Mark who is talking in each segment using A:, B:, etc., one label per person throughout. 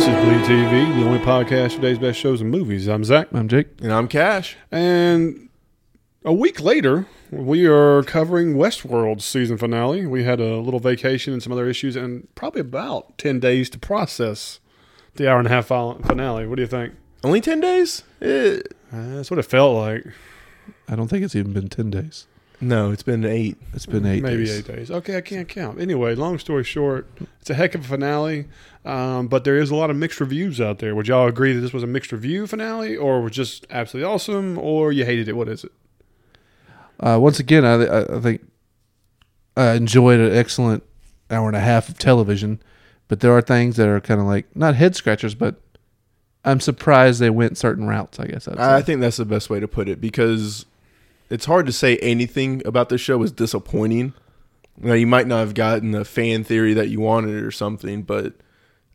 A: TV, the only podcast for today's best shows and movies. I'm Zach,
B: I'm Jake.
C: And I'm Cash.
A: and a week later, we are covering Westworld's season finale. We had a little vacation and some other issues, and probably about ten days to process the hour and a half fil- finale. What do you think?
C: Only 10 days? Eh,
A: Uh, that's what it felt like.
B: I don't think it's even been ten days.
C: no, it's been eight.
B: It's been eight.
A: Maybe
B: days.
A: eight days. Okay, I can't count. Anyway, long story short, it's a heck of a finale, um, but there is a lot of mixed reviews out there. Would y'all agree that this was a mixed review finale, or was just absolutely awesome, or you hated it? What is it?
B: Uh, once again, I, I, I think I enjoyed an excellent hour and a half of television, but there are things that are kind of like not head scratchers, but I'm surprised they went certain routes. I guess I'd
C: I
B: say.
C: think that's the best way to put it because it's hard to say anything about the show is disappointing. Now, you might not have gotten the fan theory that you wanted or something, but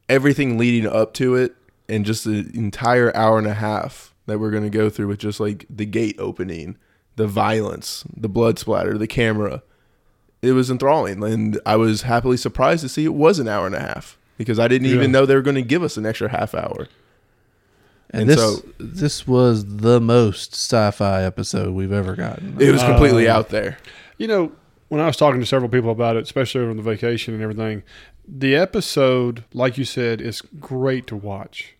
C: everything leading up to it and just the entire hour and a half that we're going to go through with just like the gate opening, the violence, the blood splatter, the camera. It was enthralling. And I was happily surprised to see it was an hour and a half because I didn't
A: Yeah.
C: even know they were going to give us an extra half hour.
B: and
C: and
B: this
C: so-
B: this was the most sci-fi episode we've ever gotten.
C: It was completely
A: Uh,
C: out there.
A: You know, when I was talking to several people about it, especially over the vacation and everything, the episode, like you said, is great to watch.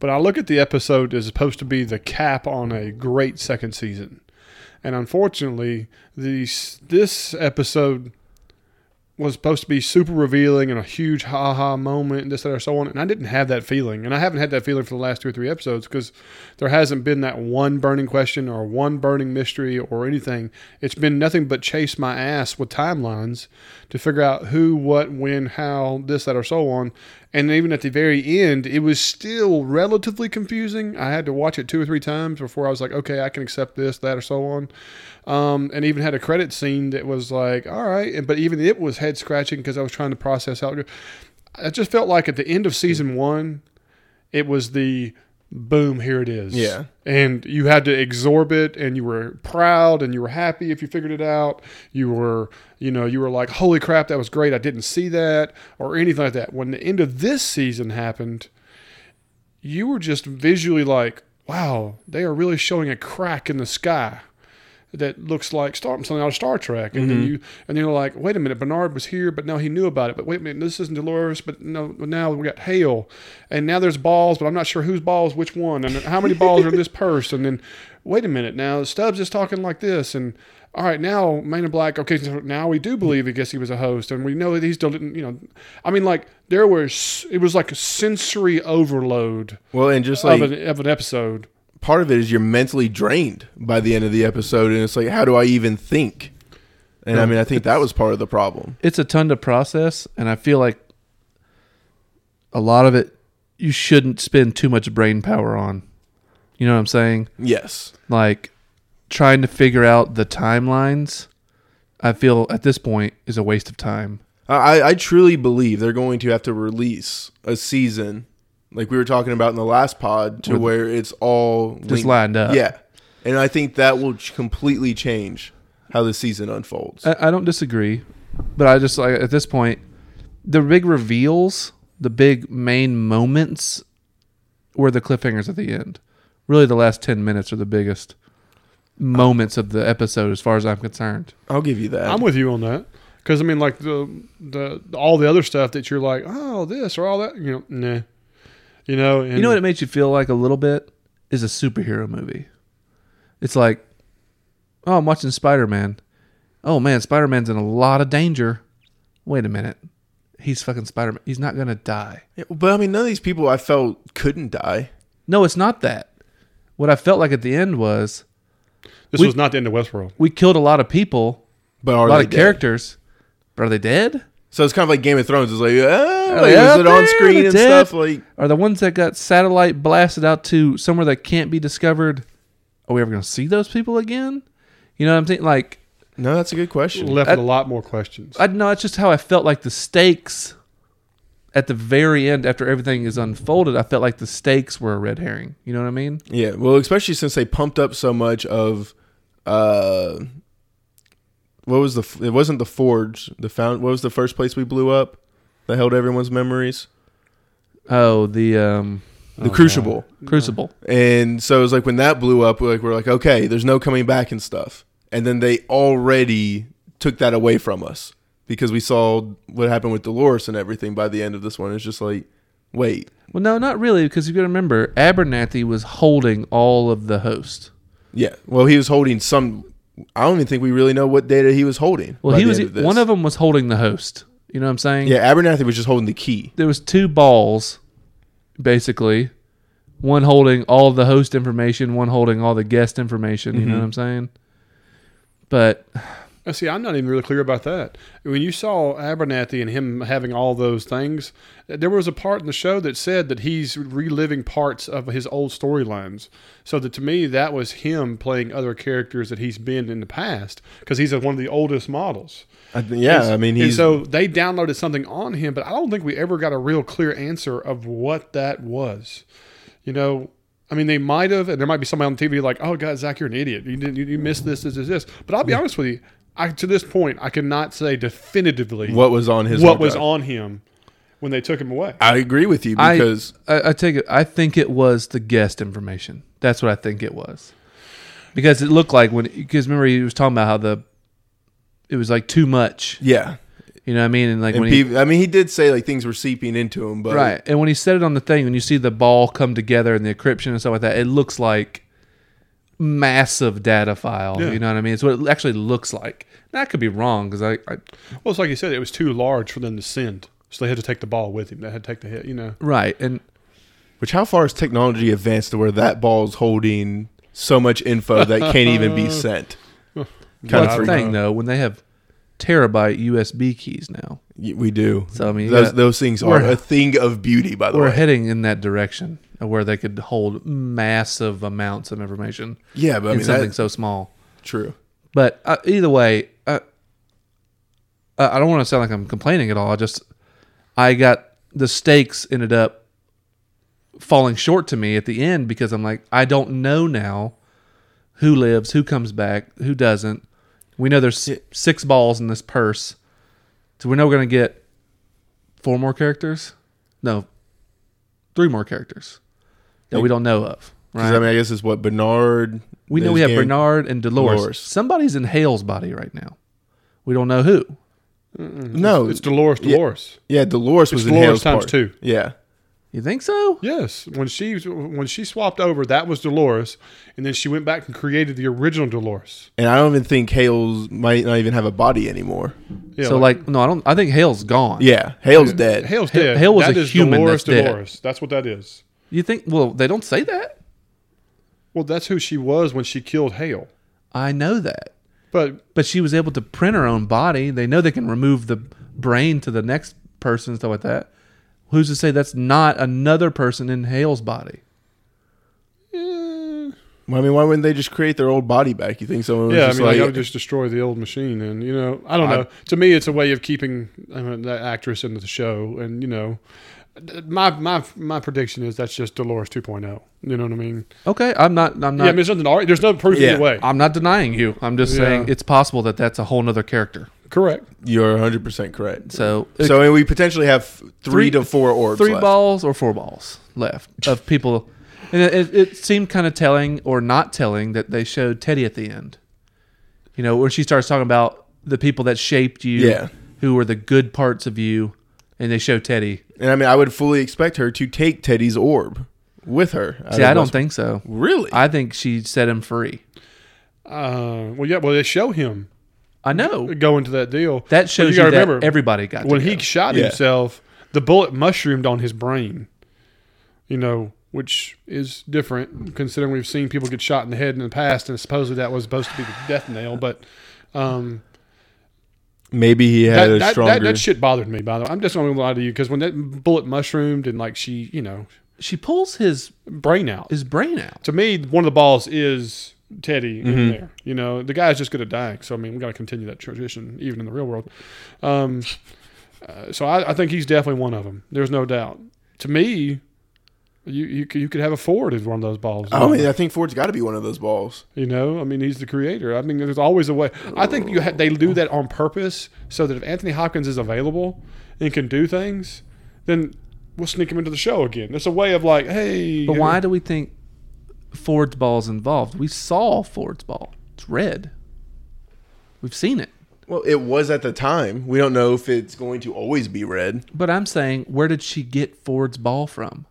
A: But I look at the episode as supposed to be the cap on a great second season. And unfortunately, these, this episode was supposed to be super revealing and a huge ha ha moment and this, that, or so on. And I didn't have that feeling. And I haven't had that feeling for the last two or three episodes because there hasn't been that one burning question or one burning mystery or anything. It's been nothing but chase my ass with timelines to figure out who, what, when, how, this, that, or so on. And even at the very end, it was still relatively confusing. I had to watch it two or three times before I was like, okay, I can accept this, that, or so on um, and even had a credit scene that was like, all right, and- but even it was head scratching because I was trying to process out. I just felt like at the end of season one, it was the boom, here it is.
C: Yeah.
A: And you had to absorb it and you were proud and you were happy if you figured it out. You were, you know, you were like, holy crap, that was great. I didn't see that or anything like that. When the end of this season happened, you were just visually like, wow, they are really showing a crack in the sky that looks like Star, something out of Star Trek. And then you and then you're like, wait a minute, Bernard was here, but now he knew about it. But wait a minute, this isn't Dolores, but no, now we got Hale, and now there's balls, but I'm not sure whose balls, which one, and how many balls are in this purse. And then wait a minute, now Stubbs is talking like this, and all right, now Man in Black. Okay, so now we do believe. I guess he was a host, and we know that he's still, you know, I mean, like there was it was like a sensory overload
C: Well, and just like
A: of an of an episode.
C: part of it is you're mentally drained by the end of the episode, and it's like, how do I even think? And I mean, I think that was part of the problem.
B: it's a ton to process, and I feel like a lot of it you shouldn't spend too much brain power on. You know what I'm saying?
C: Yes,
B: like trying to figure out the timelines i feel at this point is a waste of time
C: I, I truly believe they're going to have to release a season, like we were talking about in the last pod, to
B: With-
C: where it's all
B: just lined up
C: Yeah, and I think that will ch- completely change how the season unfolds.
B: I, I don't disagree but i just like at this point the big reveals the big main moments were the cliffhangers at the end really the last 10 minutes are the biggest moments of the episode as far as i'm concerned
C: I'll give you that.
A: I'm with you on that because I mean, like the, the all the other stuff that you're like, oh, this or all that, you know, nah, you know, and
B: you know what it makes you feel like a little bit is a superhero movie. It's like, oh, I'm watching Spider Man. Oh man, Spider Man's in a lot of danger. Wait a minute, he's fucking Spider Man. He's not gonna die.
C: Yeah, but I mean, none of these people I felt couldn't die.
B: No, it's not that. What I felt like at the end was
A: this
B: we-
A: was not the end of Westworld.
B: we killed a lot of people,
C: But
B: a
C: are
B: lot
C: they
B: of
C: dead?
B: characters, but are they dead?
C: So it's kind of like Game of Thrones. It's like, ah,
B: Are
C: like,
B: they out
C: is it
B: there?
C: on screen
B: They
C: and
B: "Oh, dead?
C: stuff? Like,
B: Are the ones that got satellite blasted out to somewhere that can't be discovered? Are we ever gonna see those people again? You know what I'm saying? Like
C: no, that's a good question.
A: Left
B: I-
A: with a lot more questions.
B: I know it's just how I felt like the stakes at the very end after everything is unfolded. I felt like the stakes were a red herring. You know what I mean?
C: Yeah, well, especially since they pumped up so much of, uh, what was the? f- It wasn't the Forge. The found. What was the first place we blew up? That held everyone's memories.
B: Oh, the um,
A: Oh,
C: the
A: God.
C: Crucible.
B: Crucible.
C: And so it was like when that blew up, we're like we're like, okay, there's no coming back and stuff. And then they already took that away from us because we saw what happened with Dolores and everything by the end of this one. It's just like, wait,
B: Well, no, not really, because if you remember, Abernathy was holding all of the host.
C: yeah. Well, he was holding some. I don't even think we really know what data he was holding.
B: Well,
C: by
B: he
C: the
B: was
C: end this.
B: one of them was holding the host. You know what I'm saying?
C: Yeah, Abernathy was just holding the key.
B: There was two balls, basically. One holding all the host information, one holding all the guest information.
C: Mm-hmm.
B: You know what I'm saying? But
A: Now, see, I'm not even really clear about that. When you saw Abernathy and him having all those things, there was a part in the show that said that he's reliving parts of his old storylines. So that to me, that was him playing other characters that he's been in the past because he's one of the oldest models.
C: I th- yeah,
A: And-
C: I mean,
A: and
C: he's
A: so they downloaded something on him, but I don't think we ever got a real clear answer of what that was. You know, I mean, they might have, and there might be somebody on TV like, "Oh God, Zach, you're an idiot. You didn't, you, you missed this, this, this, this." But I'll be honest with you, I to this point, I cannot say definitively
C: what was on his.
A: what was
C: hookup.
A: on him when they took him away.
C: I agree with you
B: I-
C: because
B: I, I take it. I think it was the guest information. That's what I think it was, because it looked like when because remember he was talking about how the it was like too much.
C: yeah,
B: You know what I mean? And like
C: and
B: when he
C: peop- I mean, he did say like things were seeping into him, but
B: right, and when he said it on the thing, when you see the ball come together and the encryption and stuff like that, it looks like massive data file.
A: Yeah.
B: You know what I mean? It's what it actually looks like. And I could be wrong because I, I
A: Well, it's like you said, it was too large for them to send, so they had to take the ball with him. They had to take the hit. You know,
B: right and
C: Which how far has technology advanced to where that ball's holding so much info that can't even be sent?
B: well,
C: Kind
B: that's the
C: of
B: thing
A: Uh,
B: though when they have terabyte USB keys now.
C: we do.
B: So I mean, you
C: those,
B: gotta-
C: those things are
B: we're-
C: a thing of beauty, by the
B: we're
C: way.
B: heading in that direction of where they could hold massive amounts of information
C: yeah, but I
B: in
C: mean
B: something
C: that's
B: so small.
C: true.
B: But uh, either way, uh, I I don't want to sound like I'm complaining at all. I just I got the stakes ended up falling short to me at the end because I'm like I don't know now who lives, who comes back, who doesn't. We know there's
C: Yeah.
B: six balls in this purse, so we know we're gonna get four more characters. No, three more characters that we don't know of.
C: Because
B: Right?
C: I mean, I guess it's what Bernard.
B: We know
C: there's
B: we have
C: Gary-
B: Bernard and Dolores.
C: Dolores.
B: Somebody's in Hale's body right now. We don't know who.
C: No,
A: it's Dolores.
C: yeah.
A: Dolores.
C: yeah, Dolores was
A: It's
C: in
A: Dolores
C: Hale's
A: times
C: part.
A: two.
C: Yeah,
B: You think so?
A: Yes, when she when she swapped over, that was Dolores, and then she went back and created the original Dolores.
C: and I don't even think Hale's might not even have a body anymore.
A: Yeah,
B: so like, no, I don't. I think Hale's gone.
C: Yeah, Hale's dead.
A: Hale's
B: Hale-
A: dead.
B: Hale was
A: That
B: a
A: is
B: human
A: Dolores
B: that's dead.
A: Dolores. That's what that is.
B: You think? Well, they don't say that.
A: Well, that's who she was when she killed Hale.
B: I know that,
A: But
B: but she was able to print her own body. They know they can remove the brain to the next person and stuff like that. Who's to say that's not another person in Hale's body?
A: eh,
C: I mean, why wouldn't they just create their old body back? You think someone was
A: yeah, I
C: just
A: mean, like, I
C: like,
A: would just destroy the old machine, and you know, I don't
C: I-
A: know. To me, it's a way of keeping I mean, that actress into the show, and you know, my my my prediction is that's just Dolores 2.0. You know what I mean?
B: Okay, I'm not. I'm
A: yeah, I
B: not.
A: mean, there's nothing. to argue- There's no proof
C: Yeah.
A: either way.
B: I'm not denying you. I'm just
A: Yeah.
B: saying it's possible that that's a whole nother character.
A: Correct.
C: you're 100 percent correct.
B: So,
C: So I mean, we potentially have three,
B: Three-
C: to four orbs.
B: three
C: left.
B: balls or four balls left of people. And it, it, it seemed kind of telling or not telling that they showed Teddy at the end. You know, where she starts talking about the people that shaped you,
C: Yeah.
B: who were the good parts of you, and they show Teddy.
C: And I mean, I would fully expect her to take Teddy's orb with her.
B: See, I don't
C: West-
B: think so.
C: really.
B: I think she set him free.
A: Uh, well, yeah. Well, they show him
B: I know.
A: go into that deal.
B: That
A: But
B: shows you,
A: gotta
B: that everybody got
A: when
B: to
A: he
B: go.
A: shot
C: Yeah.
A: himself, the bullet mushroomed on his brain. You know, which is different considering we've seen people get shot in the head in the past, and supposedly that was supposed to be the death nail. But um,
C: Maybe he had
A: that,
C: a
A: that,
C: stronger.
A: that that shit bothered me. By the way, I'm just going to lie to you because when that bullet mushroomed and like she, you know,
B: She pulls his
A: brain out.
B: his brain out.
A: to me, one of the balls is Teddy
B: Mm-hmm.
A: in there. You know, the guy's just good at dying. So I mean, we got to continue that tradition even in the real world. Um, uh, so I, I think he's definitely one of them. There's no doubt. To me, you you, c- you could have a Ford as one of those balls.
C: I
B: Oh,
C: mean, I think Ford's got to be one of those balls.
A: You know, I mean, he's the creator. I mean, there's always a way. I think you ha- they do that on purpose so that if Anthony Hopkins is available and can do things, then we'll sneak him into the show again. It's a way of like, hey,
B: But why do we think Ford's ball is involved? We saw Ford's ball. It's red. We've seen it.
C: Well, it was at the time. We don't know if it's going to always be red.
B: But I'm saying, where did she get Ford's ball from?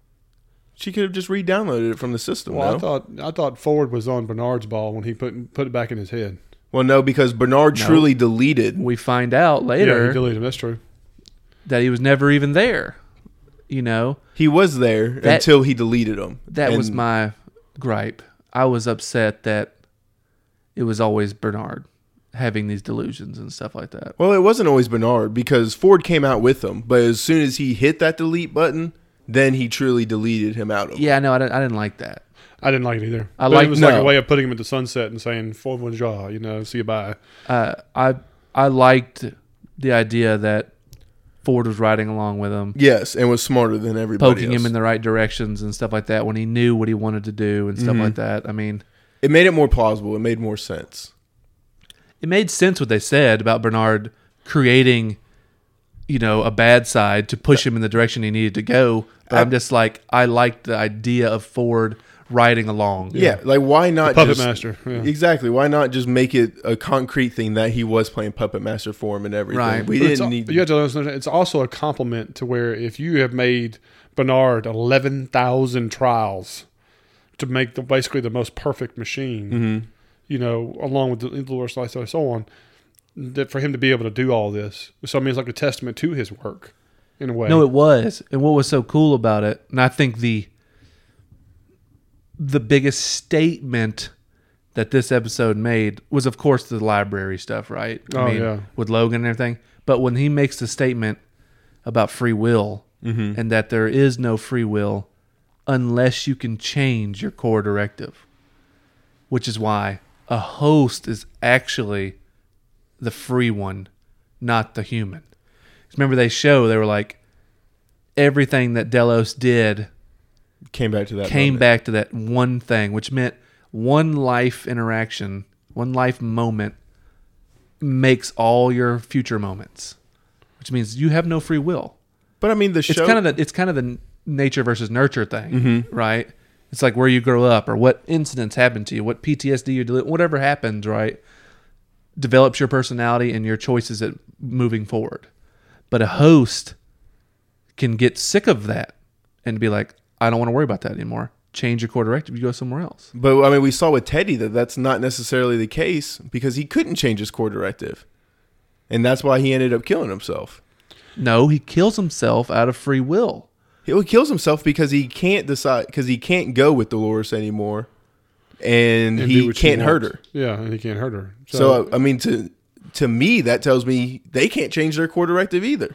C: She could have just re-downloaded it from the system.
A: Well,
C: no?
A: I thought I thought Ford was on Bernard's ball when he put put it back in his head.
C: well, no, because Bernard truly deleted.
B: We find out
A: Yeah,
B: later
A: he deleted him. That's true.
B: that he was never even there. You know,
C: He was there
B: That-
C: until he deleted him.
B: that was
C: And
B: my gripe. I was upset that it was always Bernard having these delusions and stuff like that.
C: Well, it wasn't always Bernard because Ford came out with him, but as soon as he hit that delete button, then he truly deleted him out of him.
B: Yeah, no, I didn't, I didn't like that.
A: I didn't like it either.
B: I
A: But
B: like-
A: it was like
C: no.
A: a way of putting him at the sunset and saying Ford was jaw, you know, see you bye.
B: Uh, I I liked the idea that Ford was riding along with him,
C: Yes, and was smarter than everybody.
B: poking him in the right directions and stuff like that when he knew what he wanted to do and stuff like that. I mean,
C: it made it more plausible. It made more sense.
B: it made sense what they said about Bernard creating, you know, a bad side to push him in the direction he needed to go. But I'm just like, I liked the idea of Ford riding along.
C: Yeah, like why not
A: Puppet
C: just-
A: master. Yeah.
C: Exactly. Why not just make it a concrete thing that he was playing puppet master for him and everything?
B: Right.
C: We
A: But
C: didn't
A: it's,
C: need.
A: you have to understand it's also a compliment to where if you have made Bernard eleven thousand trials to make the basically the most perfect machine, you know, along with the Lord's life and so on, that for him to be able to do all this, so I mean, it's like a testament to his work in a way.
B: No, it was. And what was so cool about it, and I think the the biggest statement that this episode made was of course the library stuff, right?
A: Oh, yeah.
B: With Logan and everything. But when he makes the statement about free will
A: Mm-hmm.
B: and that there is no free will unless you can change your core directive. Which is why a host is actually the free one, not the human. 'Cause Remember they show they were like everything that Delos did
C: Came back to that.
B: came
C: moment.
B: back to that one thing, which meant one life interaction, one life moment makes all your future moments, which means you have no free will.
C: But I mean, the
B: It's
C: show.
B: kind of the it's kind of the nature versus nurture thing, right? It's like where you grow up or what incidents happen to you, what PTSD you deli- whatever happens, right? Develops your personality and your choices at moving forward. But a host can get sick of that and be like, I don't want to worry about that anymore. Change your core directive, you go somewhere else.
C: but I mean, we saw with Teddy that that's not necessarily the case because he couldn't change his core directive, and that's why he ended up killing himself.
B: No, he kills himself out of free will.
C: He he kills himself because he can't decide because he can't go with Dolores anymore,
A: And
C: and,
A: do
C: he
A: what she
C: can't hurt
A: wants.
C: her.
A: Yeah, and he can't hurt her. So,
C: So uh, I mean, to to me, that tells me they can't change their core directive either.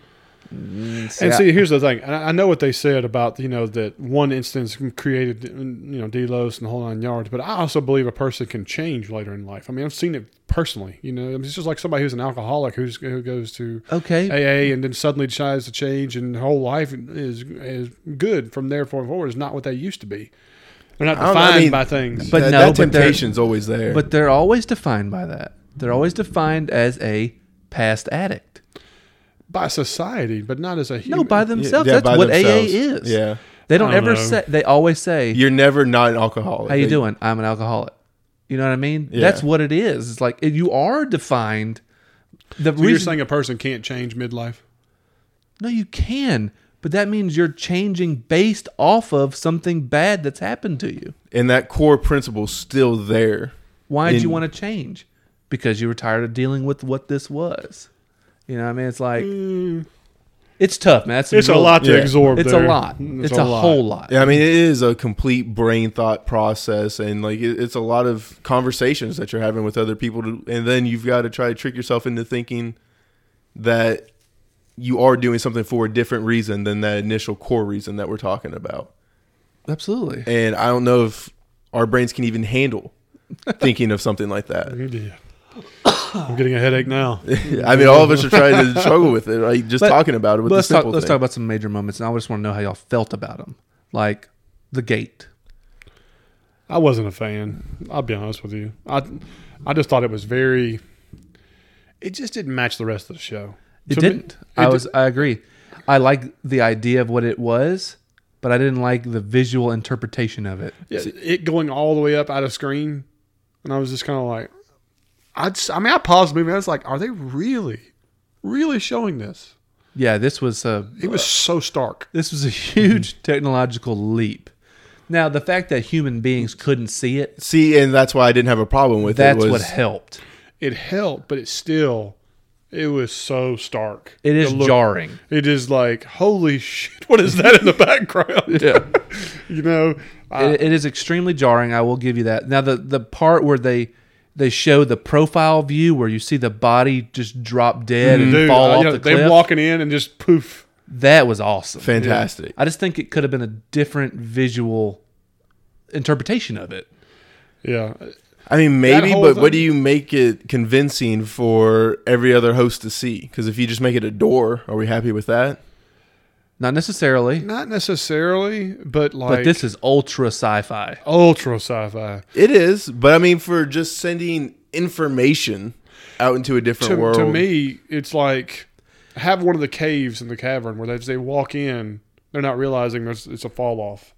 A: and see, here's the thing. And I I know what they said about you know that one instance created you know Delos and the whole nine yards, but I also believe a person can change later in life. I mean, I've seen it personally. You know, I mean, it's just like somebody who's an alcoholic who's who goes to
B: Okay.
A: AA and then suddenly decides to change, and their whole life is is good from there forward. Is not what they used to be. They're not
C: I don't
A: defined
C: know, I mean,
A: by things.
B: But
C: that,
B: no,
C: that
B: but they're-
C: temptation's always there.
B: But they're always defined by that. They're always defined as a past addict.
A: by society, but not as a human.
B: No, by themselves.
C: Yeah,
B: That's
C: by
B: what
C: themselves.
B: AA is.
C: Yeah.
B: They don't
A: I don't
B: ever
A: know.
B: say. They always say,
C: You're never not an alcoholic.
B: "How you
C: They-
B: doing? I'm an alcoholic." You know what I mean?
C: Yeah.
B: That's what it is. It's like you are defined. The
A: So you're
B: reason-
A: saying a person can't change midlife.
B: no, you can, but that means you're changing based off of something bad that's happened to you.
C: And that core principle's still there.
B: Why did you
C: In-
B: want to change? Because you were tired of dealing with what this was. You know, what I mean, it's like it's tough, man. That's
A: Mm. It's a
B: real-
A: lot to
C: Yeah.
A: absorb.
B: It's
A: there.
B: a lot. It's, a, whole lot.
C: Yeah, I mean, it is a complete brain thought process, and like it, it's a lot of conversations that you're having with other people, to, and then you've got to try to trick yourself into thinking that you are doing something for a different reason than that initial core reason that we're talking about.
B: Absolutely.
C: And I don't know if our brains can even handle thinking of something like that.
A: Yeah. I'm getting a headache now.
C: I mean, all of us are trying to struggle with it. Like just
B: But-
C: talking about it with
B: But
C: the
B: let's talk,
C: simple
B: let's
C: thing.
B: talk about some major moments, and I just want to know how y'all felt about them, like the gate.
A: I wasn't a fan. I'll be honest with you. I I just thought it was very. It just didn't match the rest of the show.
B: It
A: To me-
B: didn't. I
A: it
B: was. I agree. I like the idea of what it was, but I didn't like the visual interpretation of it.
A: Yeah, it going all the way up out of screen, and I was just kind of like, I, just, I mean, I paused the movie. I was like, are they really, really showing this?
B: Yeah, this was a
A: It was so stark.
B: this was a
C: Mm-hmm.
B: huge technological leap. Now, the fact that human beings couldn't see it,
C: See, and that's why I didn't have a problem with
B: that's
C: it. was-
B: what helped.
A: It helped, but it still, it was so stark.
B: It is
A: The look-
B: jarring.
A: It is like, holy shit, what is that in the background?
B: Yeah.
A: you know, I,
B: it, it is extremely jarring. I will give you that. Now the the part where they they show the profile view where you see the body just drop dead and
A: Mm-hmm. dude,
B: fall
A: I-
B: off
A: uh, you know,
B: the
A: they
B: cliff.
A: walking in and just poof.
B: that was awesome.
C: fantastic.
B: I just think it could have been a different visual interpretation of it.
A: Yeah,
C: I mean, maybe,
A: whole
C: but
A: thing-
C: what do you make it convincing for every other host to see? Because if you just make it a door, are we happy with that?
B: Not necessarily,
A: not necessarily, but like
B: but this is ultra sci-fi.
A: ultra sci-fi.
C: It is, but I mean, for just sending information out into a different
A: to,
C: world.
A: to me, it's like have one of the caves in the cavern where they, they walk in, they're not realizing there's, it's a fall off.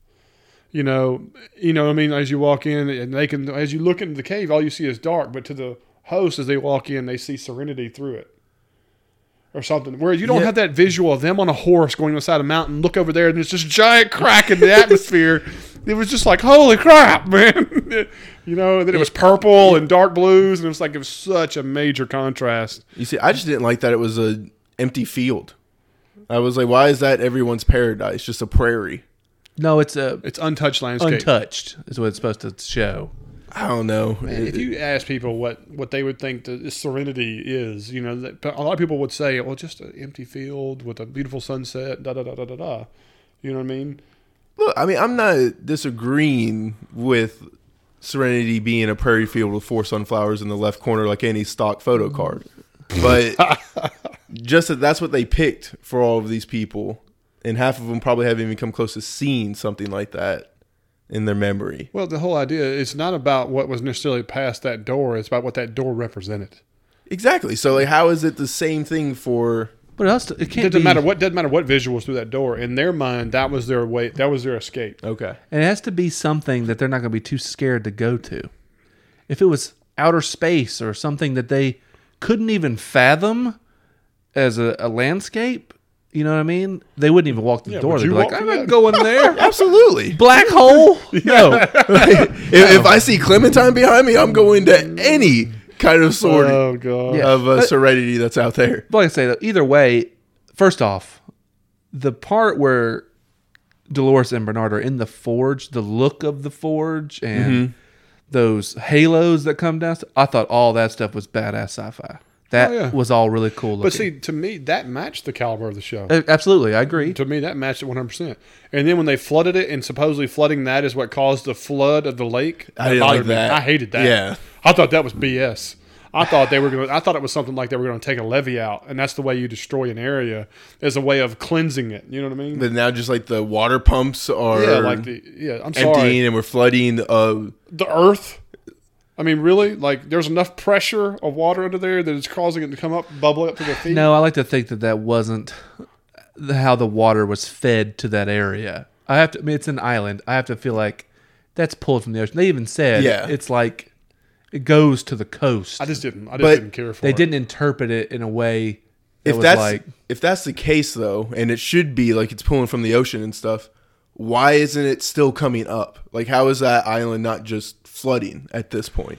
A: You know, you know. what I mean, as you walk in, and they can, as you look into the cave, all you see is dark. But to the host, as they walk in, they see serenity through it, or something. Where you don't
C: Yeah.
A: have that visual of them on a horse going beside a mountain. Look over there, and there's this giant crack in the atmosphere. It was just like, holy crap, man! you know, and then it was purple and dark blues, and it was like it was such a major contrast.
C: you see, I just didn't like that it was a empty field. I was like, why is that everyone's paradise? Just a prairie.
B: No, it's a
A: It's untouched landscape.
B: untouched is what it's supposed to show.
C: I don't know.
A: And if
C: It-
A: you ask people what, what they would think the serenity is, you know, that, but a lot of people would say, well, just an empty field with a beautiful sunset, da da da da da da. You know what I mean?
C: Look, I mean, I'm not disagreeing with Serenity being a prairie field with four sunflowers in the left corner, like any stock photo card. But just that that's what they picked for all of these people, and half of them probably haven't even come close to seeing something like that in their memory.
A: Well, the whole idea is not about what was necessarily past that door; it's about what that door represented.
C: Exactly. So, like, how is it the same thing for?
B: But it, also, it
A: It
B: can't
A: doesn't
B: be-
A: matter what doesn't matter what visual was through that door. In their mind, that was their way. That was their escape.
C: Okay.
B: And it has to be something that they're not going to be too scared to go to. If it was outer space or something that they couldn't even fathom as a, a landscape, you know what I mean? They wouldn't even walk the
A: Yeah,
B: door.
A: would
B: They'd
A: you
B: be like,
A: walk
B: I'm
A: through
B: not
A: that?"
B: going there.
C: Absolutely.
B: Black hole? No.
C: if, if I see Clementine behind me, I'm going to any kind of sort
A: Oh god!
B: Yeah.
C: of uh, serenity that's out there.
B: But like I say, though, either way, first off, the part where Dolores and Bernard are in the forge, the look of the forge and
A: Mm-hmm.
B: those halos that come down, I thought all that stuff was badass sci fi. That
A: Oh, yeah.
B: was all really cool looking.
A: But see, to me, that matched the caliber of the show.
B: Uh, Absolutely, I agree.
A: To me, that matched it 100%. And then when they flooded it, and supposedly flooding that is what caused the flood of the lake,
C: I didn't like
A: bothered me.
C: that.
A: I hated that.
C: Yeah.
A: I thought that was BS. I thought they were going. to I thought it was something like they were going to take a levee out, and that's the way you destroy an area as a way of cleansing it. You know what I mean?
C: But now just like the water pumps are
A: yeah, like the yeah. I'm
C: emptying
A: sorry.
C: and we're flooding. Uh,
A: the earth. I mean, really? Like, there's enough pressure of water under there that it's causing it to come up, bubble up to their feet.
B: No, I like to think that that wasn't the- how the water was fed to that area. I have to. I mean, it's an island. I have to feel like that's pulled from the ocean. They even said,
C: Yeah.
B: it's like it goes to the coast."
A: I just didn't. I just
C: But
A: didn't care for
B: they
A: it.
B: didn't interpret it in a way that
C: if
B: was
C: that's
B: like
C: if that's the case though, and it should be like it's pulling from the ocean and stuff. Why isn't it still coming up? Like, how is that island not just flooding at this point?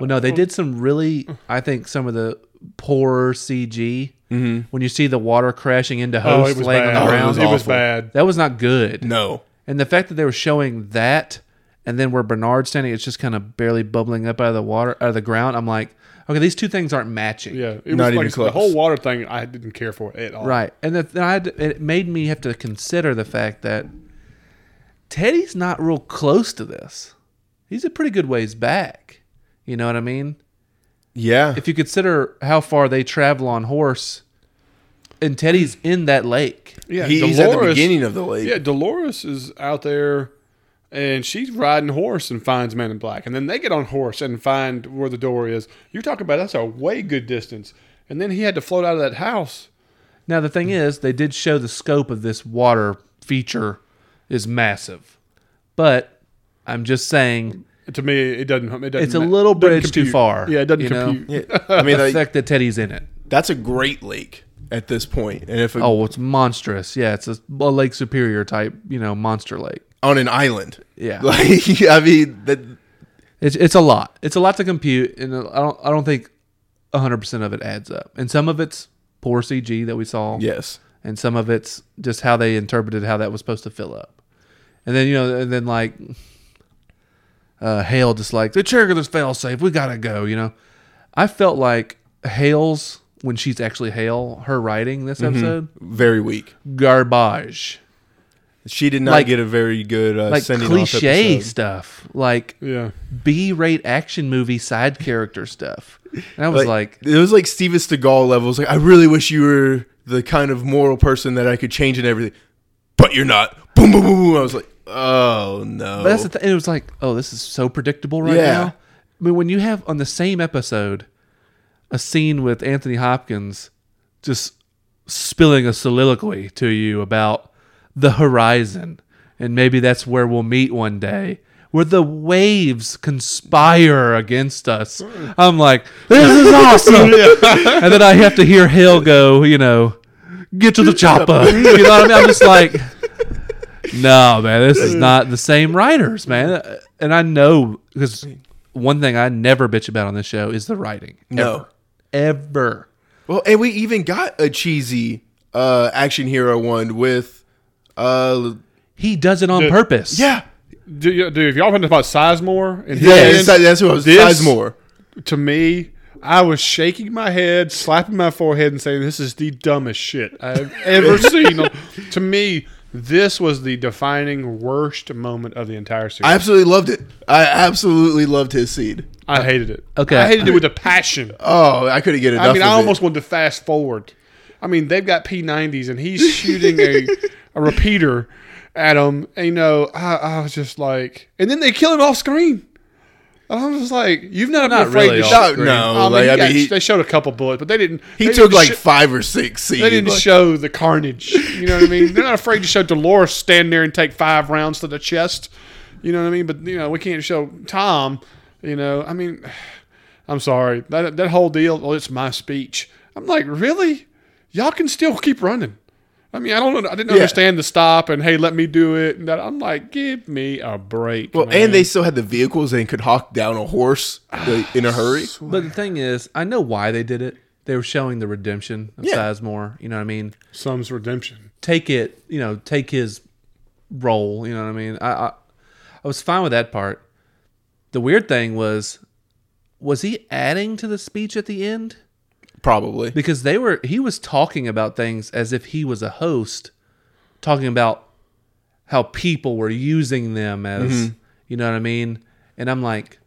B: well no they did some really i think some of the poor cg mm-hmm. when you see the water crashing into
A: Oh,
B: hosts
A: it was
B: laying
A: bad.
B: on the
C: Oh, it
B: ground
C: was
A: it was
C: awful.
A: bad.
B: that was not good
C: No,
B: and the fact that they were showing that and then where bernard's standing it's just kind of barely bubbling up out of the water out of the ground i'm like okay these two things aren't matching
A: Yeah, it
C: Not
A: was
C: even
A: like
C: close.
A: the whole water thing. I didn't care for it at all.
B: Right, and that I had, it made me have to consider the fact that Teddy's not real close to this. He's a pretty good ways back. You know what I mean?
C: yeah,
B: If you consider how far they travel on horse, and Teddy's in that lake.
A: Yeah,
C: He- he's at the beginning of the lake.
A: Yeah, Dolores is out there, and she's riding horse and finds Man in Black, and then they get on horse and find where the door is. You're talking about that's a way good distance, and then he had to float out of that house,
B: Now the thing is, they did show the scope of this water feature is massive, but I'm just saying
A: To me, it doesn't. It doesn't
B: it's a
A: ma-
B: little
A: doesn't
B: bridge too
A: compute.
B: far.
A: Yeah, it doesn't
B: you know?
A: compute.
C: Yeah, I mean,
B: the
C: like,
B: fact that Teddy's in it.
C: that's a great lake at this point, and if it,
B: Oh, it's monstrous. Yeah, it's a, a Lake Superior type, you know, monster lake.
C: on an island,
B: Yeah.
C: like I mean, that
B: It's it's a lot. It's a lot to compute, and I don't I don't think 100 percent of it adds up. And some of it's poor CG that we saw.
C: yes,
B: and some of it's just how they interpreted how that was supposed to fill up. And then you know, and then like uh, Hale just like the trigger this fail safe, we gotta go. You know, I felt like Hale's when she's actually Hale, her writing this
C: Mm-hmm.
B: episode
C: very weak.
B: garbage,
C: She did not
B: Like-
C: get a very good uh,
B: like
C: sending
B: cliche
C: off episode.
B: stuff, like
A: Yeah.
B: B-rate action movie side character stuff. And I was like,
C: it was like Steven Seagal levels. Like I really wish you were the kind of moral person that I could change and everything, but you're not. Boom, boom, boom, boom. I was like, oh no.
B: But that's the thing. It was like, oh, this is so predictable right
C: Yeah.
B: now. I mean, when you have on the same episode a scene with Anthony Hopkins just spilling a soliloquy to you about the horizon, and maybe that's where we'll meet one day, where the waves conspire against us.
C: Hmm.
B: I'm like, this is awesome. and then I have to hear Hill go, you know, get to the chopper. You know what I mean? I'm just like, Mm. no, man, this is not the same writers, man. And I know because one thing I never bitch about on this show is the writing.
C: No.
B: Ever. Ever.
C: Well, and we even got a cheesy uh, action hero one with, uh,
B: He does it on purpose.
C: yeah,
A: Do, you- dude, if y'all talking about Sizemore and
C: yeah.
A: Hitman,
C: it's- that's who I was.
A: this-
C: Sizemore.
A: to me, I was shaking my head, slapping my forehead, and saying, "This is the dumbest shit I've ever seen." to me, this was the defining worst moment of the entire series.
C: I absolutely loved it. I absolutely loved his seed.
A: I hated it.
B: Okay.
A: I hated it with a passion.
C: Oh, I couldn't get enough.
A: I mean,
C: of
A: I
C: it.
A: almost wanted to fast forward. I mean, they've got P90s, and he's shooting a, a repeater at them. And, you know, I, I was just like, and then they kill him off screen. And I was just like, you've not, been
B: Not
A: afraid
B: really
A: to
B: off
A: shoot.
C: screen. No,
A: I mean,
C: like,
A: he
C: I
A: got-
C: mean, he-
A: they showed a couple bullets, but they didn't.
C: He
A: they
C: took
A: didn't
C: like
A: sho-
C: five or six seeds.
A: they didn't show the carnage. You know what I mean? They're not afraid to show Dolores stand there and take five rounds to the chest. You know what I mean? But you know, we can't show Tom. You know, I mean, I'm sorry that that whole deal. Well, it's my speech. I'm like, really? Y'all can still keep running. I mean, I don't. know. I didn't
C: Yeah.
A: understand the stop and hey, let me do it. And that I'm like, give me a break.
C: well,
A: man.
C: and they still had the vehicles and could hawk down a horse like, in a hurry.
B: But the thing is, I know why they did it. They were showing the redemption of
C: Yeah.
B: Sizemore. You know what I mean?
A: some's redemption.
B: Take it, you know, take his role. You know what I mean? I, I, I was fine with that part. The weird thing was, was he adding to the speech at the end?
C: Probably.
B: because they were he was talking about things as if he was a host talking about how people were using them as
C: Mm-hmm.
B: you know what i mean and i'm like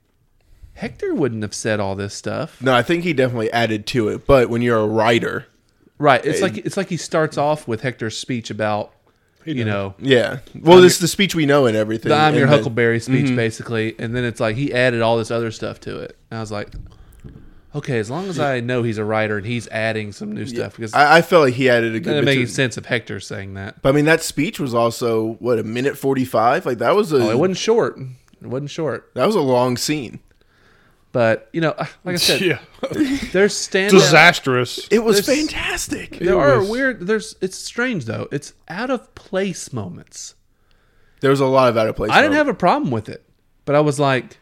B: hector wouldn't have said all this stuff
C: No, I think he definitely added to it. But when you're a writer,
B: right it's like it's like he starts off with hector's speech about you know
C: yeah. Well, this is the speech we know and everything.
B: the i'm your
C: and Mm-hmm. then-
B: huckleberry speech basically and then it's like he added all this other stuff to it and i was like okay as long as i know he's a writer and he's adding some new stuff because
C: I, I felt like he added a
B: it
C: good
B: doesn't
C: bit
B: make any
C: to-
B: sense of hector saying that
C: But I mean, that speech was also what a minute forty-five. Like that was a
B: Oh, it wasn't short it wasn't short
C: that was a long scene.
B: But you know, uh, like I said,
A: yeah,
B: there's standout.
A: disastrous.
C: It was
B: There's-
C: fantastic.
B: There
A: It
B: are
A: was-
B: weird. There's. It's strange though. It's out of place moments.
C: There was a lot of out of place.
B: I didn't have a problem with it, but I was like,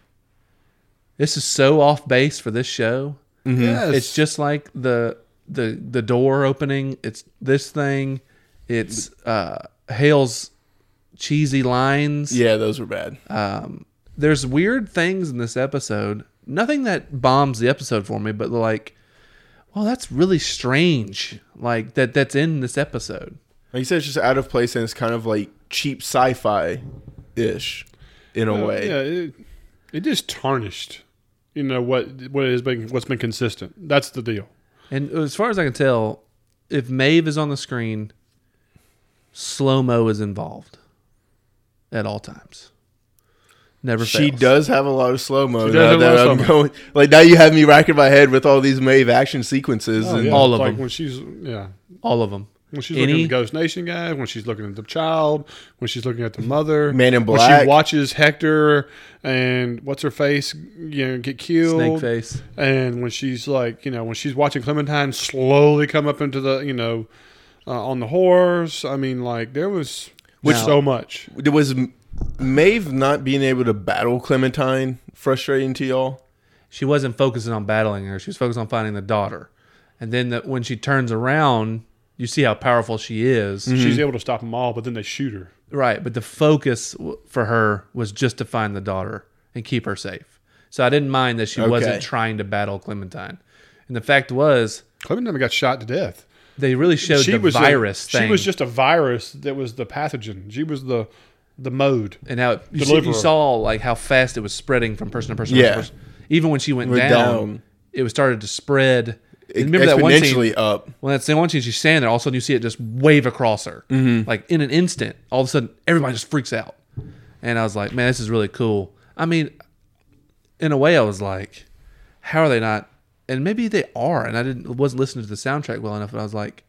B: this is so off base for this show.
A: Yes.
B: It's just like the the the door opening. It's this thing. It's uh Hale's cheesy lines.
C: Yeah, those were bad.
B: there's weird things in this episode. Nothing that bombs the episode for me, but like, well, that's really strange. Like that that's in this episode.
C: Like you said, it's just out of place and it's kind of like cheap sci-fi ish in a
B: Oh,
A: Uh,
C: way.
A: Yeah, it, it just tarnished. You know what what has been what's been consistent. That's the deal.
B: And as far as I can tell, if Maeve is on the screen, slow mo is involved at all times. Never
C: She
B: fails.
C: does have a lot of slow mo.
A: She does
C: Now
A: have a
C: that
A: lot of
C: I'm
A: slow-mo.
C: going, like now you have me racking my head with all these Maeve action sequences. and
B: Oh, yeah. All of
A: like
B: them.
A: When she's yeah,
B: All of them.
A: When she's looking
B: Any-
A: at the Ghost Nation guy, when she's looking at the child, when she's looking at the mother,
C: Man in
A: when
C: Black.
A: she watches Hector and what's her face, you know, get killed,
B: Snake face.
A: and when she's like, you know, when she's watching Clementine slowly come up into the, you know, uh, on the horse. I mean, like there was
B: Which-
A: so much.
C: There was M- Maeve not being able to battle Clementine frustrating to y'all.
B: She wasn't focusing on battling her. She was focused on finding the daughter. And then the, when she turns around, you see how powerful she is.
A: She's able to stop them all, but then they shoot her.
B: Right, but the focus w- for her was just to find the daughter and keep her safe. So I didn't mind that she
C: Okay.
B: wasn't trying to battle Clementine. And the fact was,
A: Clementine got shot to death.
B: they really showed
A: she
B: the
A: was a-
B: virus thing.
A: She was just a virus that was the pathogen. She was the the mode.
B: and how it, you, see- you
A: deliverer.
B: saw like how fast it was spreading from person to person. to
C: Yeah.
B: person. Even when she went
C: Went
B: down,
C: down.
B: it was started to spread. And remember that one
C: Exponentially
B: scene?
C: up.
B: Well, that's the one scene she's standing there. All of a sudden, you see it just wave across her, like in an instant. All of a sudden, everybody just freaks out. And I was like, man, this is really cool. I mean, in a way, I was like, how are they not? And maybe they are. And I didn't wasn't listening to the soundtrack well enough. And I was like,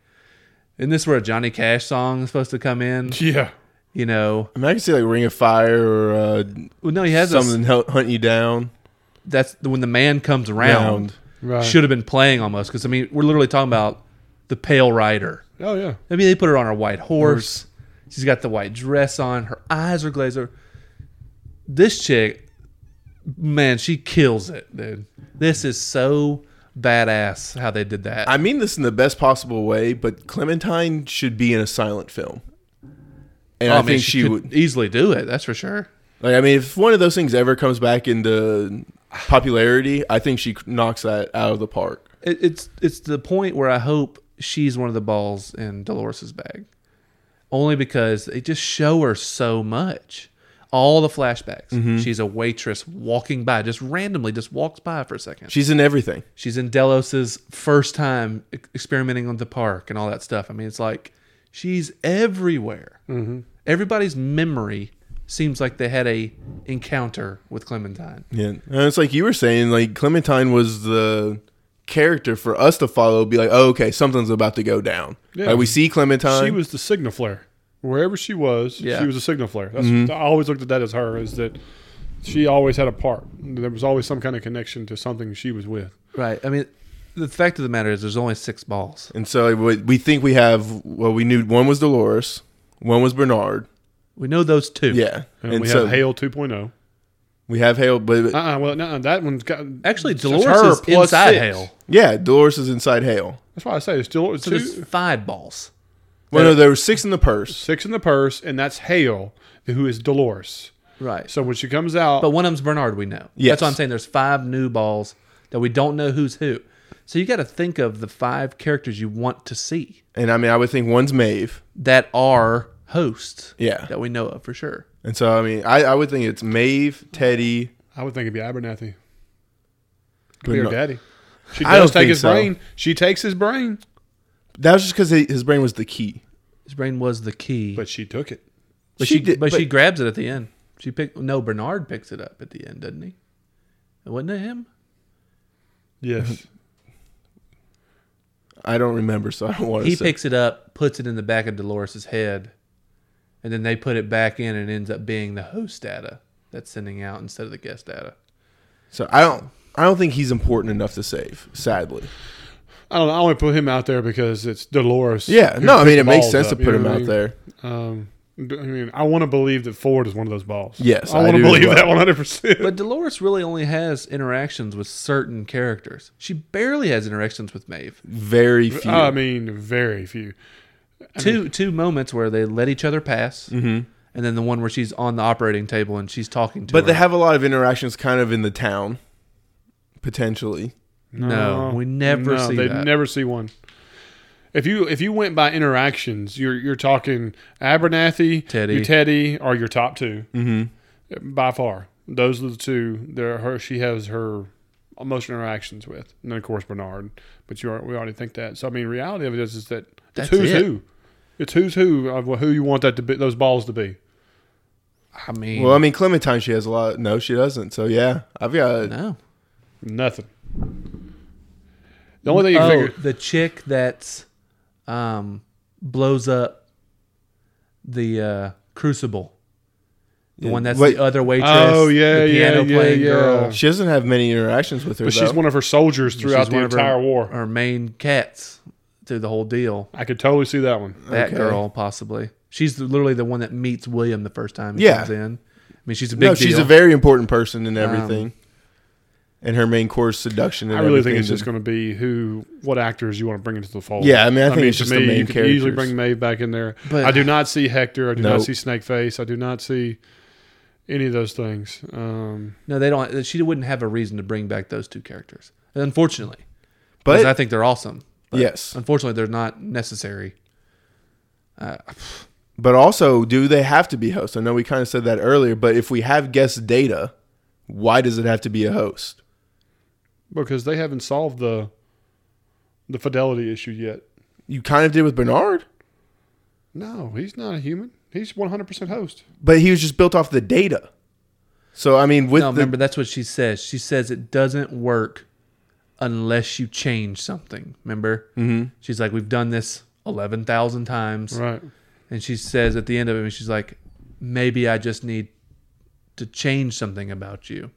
B: isn't this where a Johnny Cash song is supposed to come in?
A: Yeah.
B: You know,
C: I mean, I can see like Ring of Fire or uh,
B: well, no, he has a s-
C: something hunt hunt you down.
B: that's when the man comes around.
C: Round.
A: Right.
B: Should have been playing almost because I mean we're literally talking about the pale rider.
A: Oh yeah.
B: I mean they put her on her white horse. She's got the white dress on. Her eyes are glazed over. This chick, man, she kills it, dude. This is so badass how they did that.
C: I mean this in the best possible way, but Clementine should be in a silent film. And
B: Oh,
C: I
B: man,
C: think she,
B: could
C: would.
B: easily do it. That's for sure.
C: Like, I mean, if one of those things ever comes back into popularity, I think she knocks that out of the park.
B: It, it's it's the point where I hope she's one of the balls in Dolores's bag, only because they just show her so much. All the flashbacks. She's a waitress walking by, just randomly, just walks by for a second.
C: She's in everything.
B: She's in Delos's first time e- experimenting on the park and all that stuff. I mean, it's like she's everywhere. Everybody's memory seems like they had a encounter with Clementine.
C: Yeah, and it's like you were saying, like Clementine was the character for us to follow. Be like, oh, okay, something's about to go down.
A: Yeah.
C: Like we see Clementine.
A: She was the signal flare. Wherever she was,
B: Uh, Yeah. Mm-hmm.
A: she was a signal flare. That's I always looked at that as her is that she always had a part. There was always some kind of connection to something she was with.
B: Right. I mean, the fact of the matter is, there's only six balls.
C: and so we we think we have. Well, we knew one was Dolores, one was Bernard.
B: We know those two.
C: Yeah,
A: And,
C: and,
A: we
C: so
A: have Hale 2.0.
C: we have Hale, but
A: Uh uh oh. well, no, that one's got
B: Actually,
A: it's
B: Dolores
A: her
B: is
A: plus
B: inside
A: six.
B: Hale.
C: yeah, Dolores is inside Hale.
A: That's why I say it's still
B: So
A: two,
B: there's five balls.
C: Well,
A: uh,
C: no, there were six in the purse.
A: six in the purse, and that's Hale, who is Dolores.
B: Right.
A: So when she comes out,
B: But one of them's Bernard, we know.
C: Yes.
B: That's why I'm saying there's five new balls that we don't know who's who. So you got to think of the five characters you want to see
C: And I mean, I would think one's Maeve.
B: that are hosts
C: Yeah,
B: that we know of for sure.
C: and so I mean, I, I would think it's Maeve, Teddy.
A: I would think it'd be Abernathy. Could be her
C: Bernard-
A: daddy. She
C: I
A: does
C: don't
A: take
C: think
A: his
C: so.
A: brain. She takes his brain,
C: That was just because his brain was the key.
B: His brain was the key.
A: but she took it.
B: But she,
C: did-
B: but, she grabs it at the end. She pick no Bernard picks it up at the end, doesn't he? Wasn't it him?
A: Yes.
C: I don't remember, so I don't want to.
B: He
C: say.
B: picks it up, puts it in the back of Dolores' head, and then they put it back in and ends up being the host data that's sending out instead of the guest data.
C: So I don't I don't think he's important enough to save, sadly.
A: I don't know. I only put him out there because it's Dolores.
C: Yeah,
A: who
C: no, I
A: picked
C: mean
A: the
C: it makes
A: balls
C: sense
A: up,
C: to
A: you
C: put
A: know
C: him
A: what I
C: out
A: mean?
C: there.
A: Um, d- I mean, I want to believe that Ford is one of those balls.
C: Yes,
A: I
C: I
A: want to
C: do as
A: believe
C: well.
A: that one hundred percent.
B: But Dolores really only has interactions with certain characters. She barely has interactions with Maeve.
C: Very few.
A: Uh, I mean, very few.
B: two two moments where they let each other pass, and then the one where she's on the operating table and she's talking to.
C: but
B: her.
C: they have a lot of interactions kind of in the town, potentially.
B: No, we never see
A: They
B: that.
A: never see one. If you if you went by interactions, you're you're talking Abernathy,
B: Teddy.
A: your Teddy are your top two
C: Mm-hmm.
A: by far. Those are the two. There, her she has her most interactions with, and then of course Bernard. But you are, we already think that. So I mean, reality of it is is that it's
B: That's
A: who's
B: it.
A: who. It's who's who of who you want that to be. Those balls to be.
B: I mean,
C: Well, I mean Clementine, she has a lot. No, she doesn't. So yeah, I've got.
B: no.
A: Nothing. The only thing you
B: oh,
A: figure.
B: the chick that's um, blows up the uh, crucible. The
C: Yeah,
B: one that's
C: wait.
B: the other waitress.
A: Oh, yeah,
B: the
A: yeah,
B: piano
A: yeah,
B: playing
A: yeah.
B: girl.
C: She doesn't have many interactions with her.
A: But she's
C: though.
A: one of her soldiers throughout
B: She's
A: the
B: one of her-
A: entire war.
B: Her main cats through the whole deal.
A: I could totally see that one.
B: That
C: Okay.
B: girl, possibly. She's the- literally the one that meets William the first time he
C: Yeah.
B: comes in. I mean, she's a big
C: no, she's
B: deal.
C: a very important person in everything.
B: Um,
C: and her main course seduction.
A: I
C: And
A: really think
C: everything
A: it's just
C: to-
A: going to be who, what actors you want to bring into the fold.
C: Yeah, I mean, I think it's
A: to
C: just the main
A: you could easily
C: characters.
A: bring Maeve back in there.
B: But-
A: I do not see Hector. I do
C: Nope.
A: not see Snakeface. I do not see any of those things. Um,
B: no, they don't. She wouldn't have a reason to bring back those two characters, unfortunately. But
C: But
B: I think they're awesome. But
C: yes,
B: Unfortunately, they're not necessary.
C: but also, do they have to be hosts? I know we kind of said that earlier, but if we have guest data, why does it have to be a host?
A: because they haven't solved the the fidelity issue yet.
C: You kind of did with Bernard,
A: No, he's not a human. He's 100% host.
C: but he was just built off the data. So I mean, with
B: no,
C: the,
B: remember that's what she says. She says it doesn't work unless you change something. Remember,
C: Mhm.
B: she's like, we've done this eleven thousand times,
A: Right.
B: and she says at the end of it, she's like, maybe I just need to change something about you.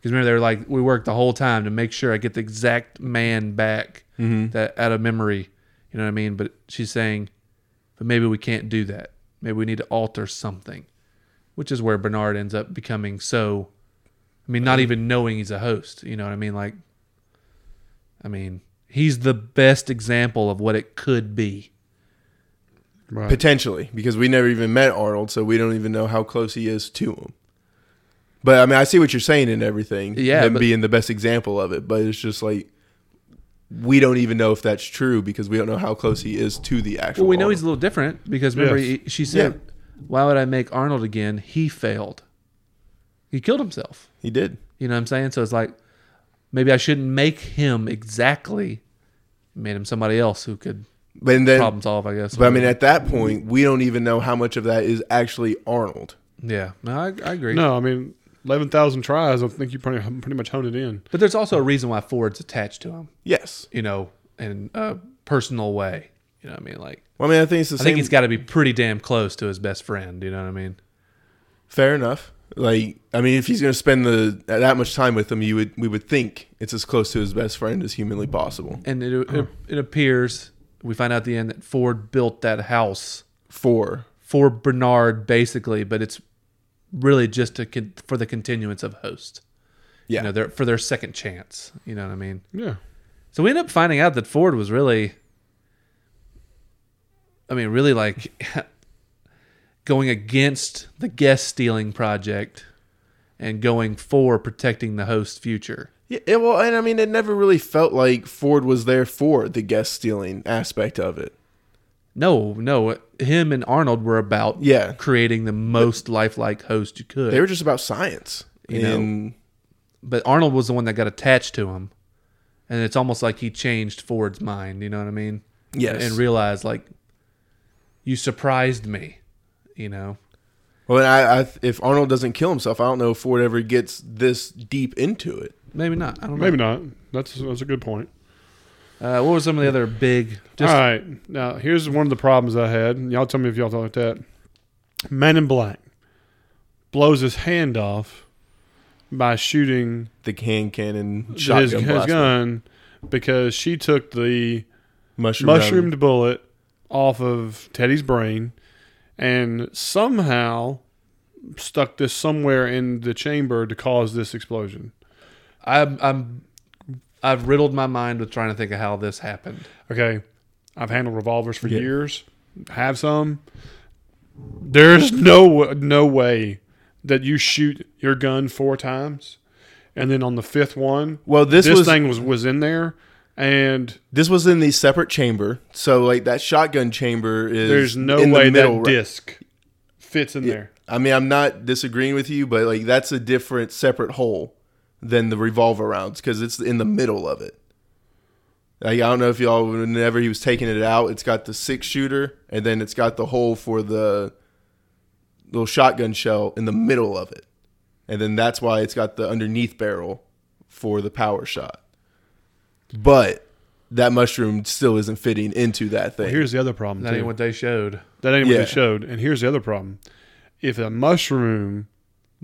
B: Because remember, they were like, we worked the whole time to make sure I get the exact man back that out of memory. You know what I mean? But she's saying, but maybe we can't do that. Maybe we need to alter something, which is where Bernard ends up becoming so. I mean, not even knowing he's a host. You know what I mean? Like, I mean, he's the best example of what it could be.
A: Right.
C: potentially because we never even met Arnold, so we don't even know how close he is to him. But I mean, I see what you're saying and everything.
B: Yeah,
C: him
B: but-
C: being the best example of it, but it's just like we don't even know if that's true because we don't know how close he is to the actual.
B: Well, we know
C: Arnold.
B: he's a little different because remember
A: Yes.
B: he, she said, "Why would I make Arnold again? He failed. He killed himself."
C: he did.
B: You know what I'm saying? So it's like maybe I shouldn't make him exactly. Made him somebody else who could
C: But and then,
B: problem solve, I guess.
C: but I mean, at that point, we don't even know how much of that is actually Arnold.
B: yeah, no, I, I agree.
A: No, I mean, 11,000 tries, I think you pretty, pretty much honed it in.
B: But there's also a reason why Ford's attached to him,
C: Yes.
B: you know, in a personal way. You know what I mean? Like,
C: Well, I mean, I think it's the
B: I
C: same.
B: think he's got to be pretty damn close to his best friend. You know what I mean?
C: Fair enough. Like, I mean, if he's going to spend the that much time with him, you would we would think it's as close to his best friend as humanly possible.
B: And it, it, it appears we find out at the end that Ford built that house
C: For
B: for Bernard, basically, but it's really just to con- for the continuance of host.
C: yeah,
B: You know, their, for their second chance. You know what I mean?
A: Yeah.
B: So we end up finding out that Ford was really, I mean, really like going against the guest stealing project and going for protecting the host's future.
C: Yeah, it- well, and I mean, it never really felt like Ford was there for the guest stealing aspect of it.
B: No, no, him and Arnold were about
C: Yeah,
B: creating the most lifelike host you could.
C: they were just about science.
B: You know.
C: and
B: but Arnold was the one that got attached to him, and it's almost like he changed Ford's mind. You know what I mean?
C: yes,
B: And realized like, you surprised me. You know.
C: well, and I, I, if Arnold doesn't kill himself, I don't know if Ford ever gets this deep into it.
B: Maybe not. I don't know.
A: Maybe not. That's, that's a good point.
B: Uh, what were some of the other big? Just,
A: All right. Now, here's one of the problems I had. and Y'all tell me if y'all thought like that. Man in Black blows his hand off by shooting
C: The hand cannon, shotgun,
A: his, his
C: blast,
A: gun because she took the
C: mushroom,
A: mushroomed bullet off of Teddy's brain and somehow stuck this somewhere in the chamber to cause this explosion.
B: I'm, I'm, I've riddled my mind with trying to think of how this happened.
A: Okay. I've handled revolvers for
C: Yeah.
A: years. Have some. There's no wa- no way that you shoot your gun four times, and then on the fifth one,
C: Well, this,
A: this,
C: was
A: thing was was in there, and
C: this was in the separate chamber. So like that shotgun chamber is
A: there's no
C: in the
A: way
C: middle,
A: that
C: right?
A: disc fits in there.
C: I mean, I'm not disagreeing with you, but like that's a different, separate hole than the revolver rounds because it's in the middle of it. Like, I don't know if y'all, whenever he was taking it out, it's got the six shooter and then it's got the hole for the little shotgun shell in the middle of it. And then that's why it's got the underneath barrel for the power shot. But that mushroom still isn't fitting into that thing.
A: Well, here's the other problem.
B: That
A: too.
B: ain't what they showed.
A: That ain't what
C: Yeah.
A: they showed. And here's the other problem: if a mushroom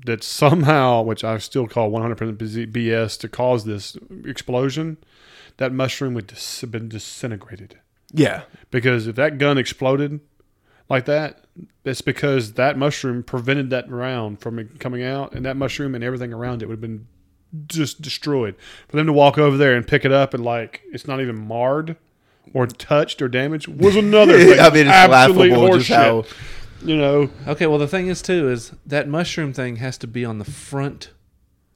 A: that somehow, which I still call 100% BZ BS, to cause this explosion, that mushroom would dis- have been disintegrated.
C: yeah,
A: Because if that gun exploded like that, it's because that mushroom prevented that round from it coming out, and that mushroom and everything around it would have been just destroyed. For them to walk over there and pick it up and like it's not even marred or touched or damaged was another thing.
C: I mean, it's
A: Absolute
C: laughable just
A: horseshit.
C: how
A: you know.
B: Okay, well the thing is too is that mushroom thing has to be on the front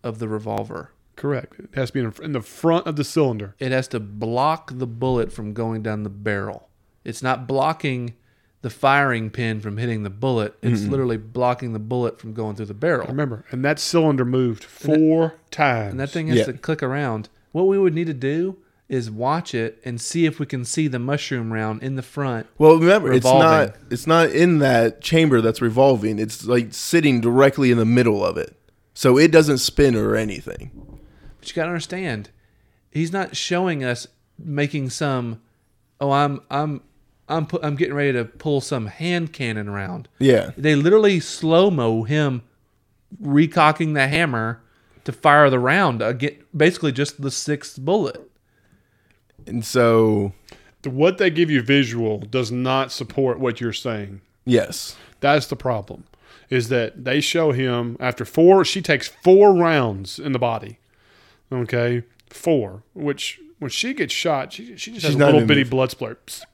B: of the revolver.
A: Correct. It has to be in, in the front of the cylinder.
B: It has to block the bullet from going down the barrel. It's not blocking the firing pin from hitting the bullet. It's literally blocking the bullet from going through the barrel.
A: Remember, and that cylinder moved four times.
B: and that thing has
C: Yeah.
B: to click around. What we would need to do is watch it and see if we can see the mushroom round in the front.
C: Well, remember,
B: Revolving.
C: it's not it's not in that chamber that's revolving. It's like sitting directly in the middle of it, so it doesn't spin or anything.
B: But you got to understand, he's not showing us making some. Oh, I'm I'm I'm pu- I'm getting ready to pull some hand cannon round.
C: Yeah,
B: They literally slow mo him recocking the hammer to fire the round. Again, basically just the sixth bullet.
C: and so
A: The- what they give you visual does not support what you're saying.
C: yes,
A: That's the problem. Is that they show him after four? She takes four rounds in the body. Okay, four. Which when she gets shot, she, she just has
C: She's
A: a
C: not
A: little
C: in
A: bitty
C: the-
A: blood splurt. Psst.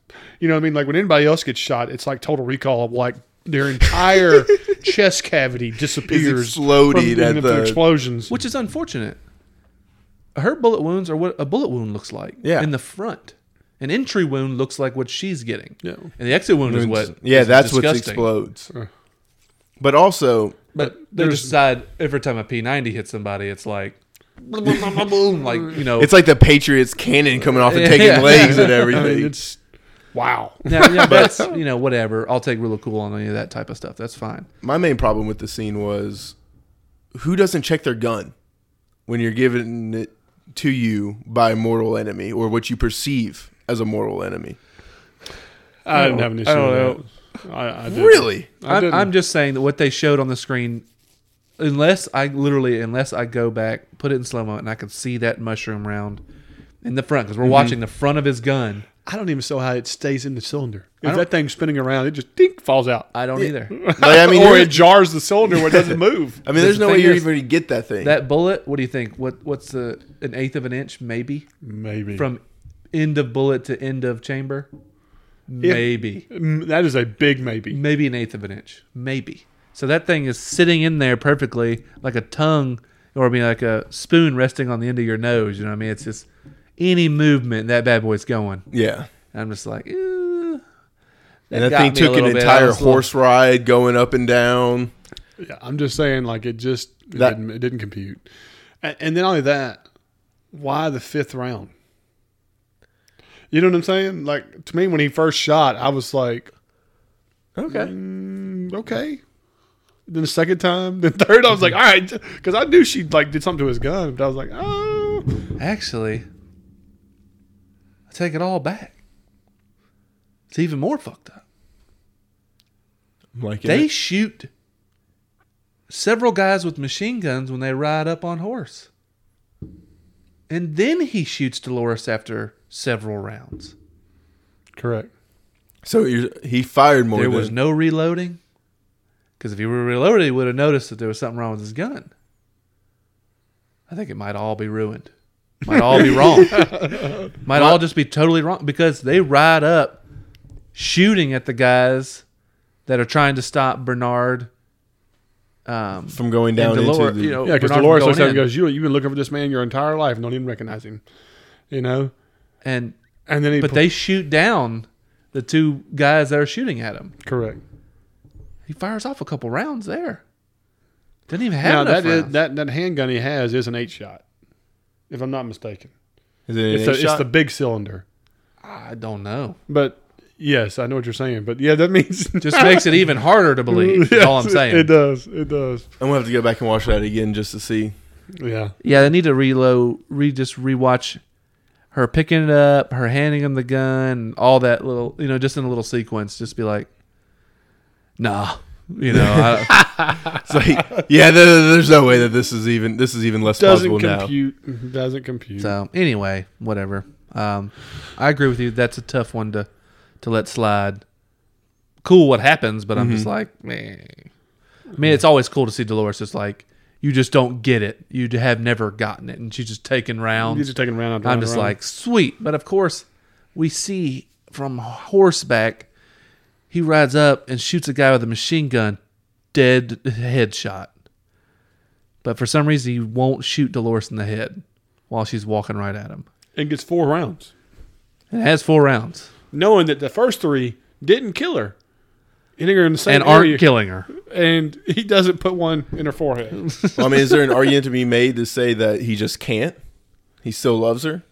A: You know what I mean? Like when anybody else gets shot, it's like total recall of like their entire chest cavity disappears.
C: exploding at the-
A: explosions.
B: which is unfortunate. Her bullet wounds are what a bullet wound looks like.
C: Yeah.
B: In the front, an entry wound looks like what she's getting,
A: yeah.
B: and the exit wound is what.
C: yeah,
B: is
C: that's what
B: disgusting.
C: explodes.
A: Uh.
C: But also,
B: But they
A: There's-
B: decide every time a P ninety hits somebody, it's like, boom, boom, boom, boom, like you know.
C: it's like the Patriots cannon coming off and taking
B: Yeah.
C: legs and
A: I
C: everything.
A: mean, it's wow.
B: now, yeah, that's you know whatever. I'll take really cool on any of that type of stuff. That's fine.
C: My main problem with the scene was who doesn't check their gun when you're given it to you by a mortal enemy or what you perceive as a mortal enemy.
A: I didn't have an issue.
B: I don't
A: with that. I, I didn't.
C: Really?
A: I
B: I'm,
A: didn't.
B: I'm just saying that what they showed on the screen, unless I literally, unless I go back, put it in slow mo, and I can see that mushroom round in the front because we're watching the front of his gun.
A: I don't even know how it stays in the cylinder.
B: I
A: If
B: don't-
A: that thing's spinning around, it just dink falls out.
B: I don't either.
C: Like, I mean,
A: or
C: you're-
A: it jars the cylinder where it doesn't move.
C: I mean, there's
B: The
C: no way
B: thing
C: you
B: is-
C: even gonna get that thing.
B: that bullet. What do you think? What what's the an eighth of an inch maybe
A: Maybe
B: from end of bullet to end of chamber? Maybe,
A: Mm, that is a big maybe.
B: maybe an eighth of an inch, maybe. So that thing is sitting in there perfectly, like a tongue, or I mean, like a spoon resting on the end of your nose. You know what I mean? It's just any movement that bad boy's going.
C: yeah.
B: And I'm just like, "Ew."
C: And that
B: got
C: thing
B: me a
C: took an
B: little bit. I
C: entire
B: was a little-
C: horse ride going up and down.
A: Yeah, I'm just saying, like it just it,
C: That-
A: didn't, it didn't compute. And, and then only that, why the fifth round? You know what I'm saying? Like to me, when he first shot, I was like,
C: Okay.
A: mm, okay. Then the second time, then third, I was like, all right, because I knew she like did something to his gun, but I was like, oh,
B: Actually, I take it all back. It's even more fucked up.
C: Like
B: They
C: it.
B: shoot several guys with machine guns when they ride up on horse. And then he shoots Dolores after several rounds.
A: correct.
C: so you're, he fired more.
B: there
C: than,
B: was no reloading. Because if he were reloaded, he would have noticed that there was something wrong with his gun. I think it might all be ruined. Might all be wrong. might all just be totally wrong because they ride up shooting at the guys that are trying to stop Bernard. Um,
C: from going
B: and
C: down into
B: Dolores,
C: the.
B: you know,
A: Yeah, because
B: Bernard from
A: Dolores
B: going
A: looks at him and
B: in.
A: goes, "You, you've been looking for this man your entire life, and don't even recognize him," you know.
B: and
A: And then he,
B: but
A: pu-
B: they shoot down the two guys that are shooting at him.
A: correct.
B: He fires off a couple rounds there. Didn't even
A: Now
B: have enough
A: that is,
B: rounds.
A: that that handgun he has is an eight shot, if I'm not mistaken.
C: is it an
A: It's, a,
C: eight
A: it's
C: shot?
A: the big cylinder.
B: I don't know.
A: But yes, I know what you're saying. But yeah, that means
B: just makes it even harder to believe. That's
A: Yes,
B: all I'm saying.
A: It, does. It does.
C: I'm gonna have to go back and watch that again just to see.
A: Yeah.
B: yeah, they need to reload, re just rewatch her picking it up, her handing him the gun, all that little, you know, just in a little sequence, just be like, nah, you know, I,
C: It's like, yeah, there, there's no way that this is even this is even less
A: Doesn't
C: plausible now.
A: compute. mm-hmm, Doesn't compute.
B: so anyway, whatever. Um, I agree with you. That's a tough one to, to let slide. Cool what happens, but I'm
A: Mm-hmm.
B: just like, man. I mean, it's always cool to see Dolores just like, you just don't get it. You have never gotten it. And she's just taking rounds.
A: These are taking round after
B: I'm
A: round
B: just
A: after round.
B: like, sweet. But of course, we see from horseback, he rides up and shoots a guy with a machine gun, dead headshot. But for some reason, he won't shoot Dolores in the head while she's walking right at him.
A: and gets four rounds,
B: And has four rounds
A: knowing that the first three didn't kill her. Hitting her in the same
B: and
A: area,
B: aren't killing her.
A: and he doesn't put one in her forehead.
C: Well, I mean, is there an argument to be made to say that he just can't? He still loves her.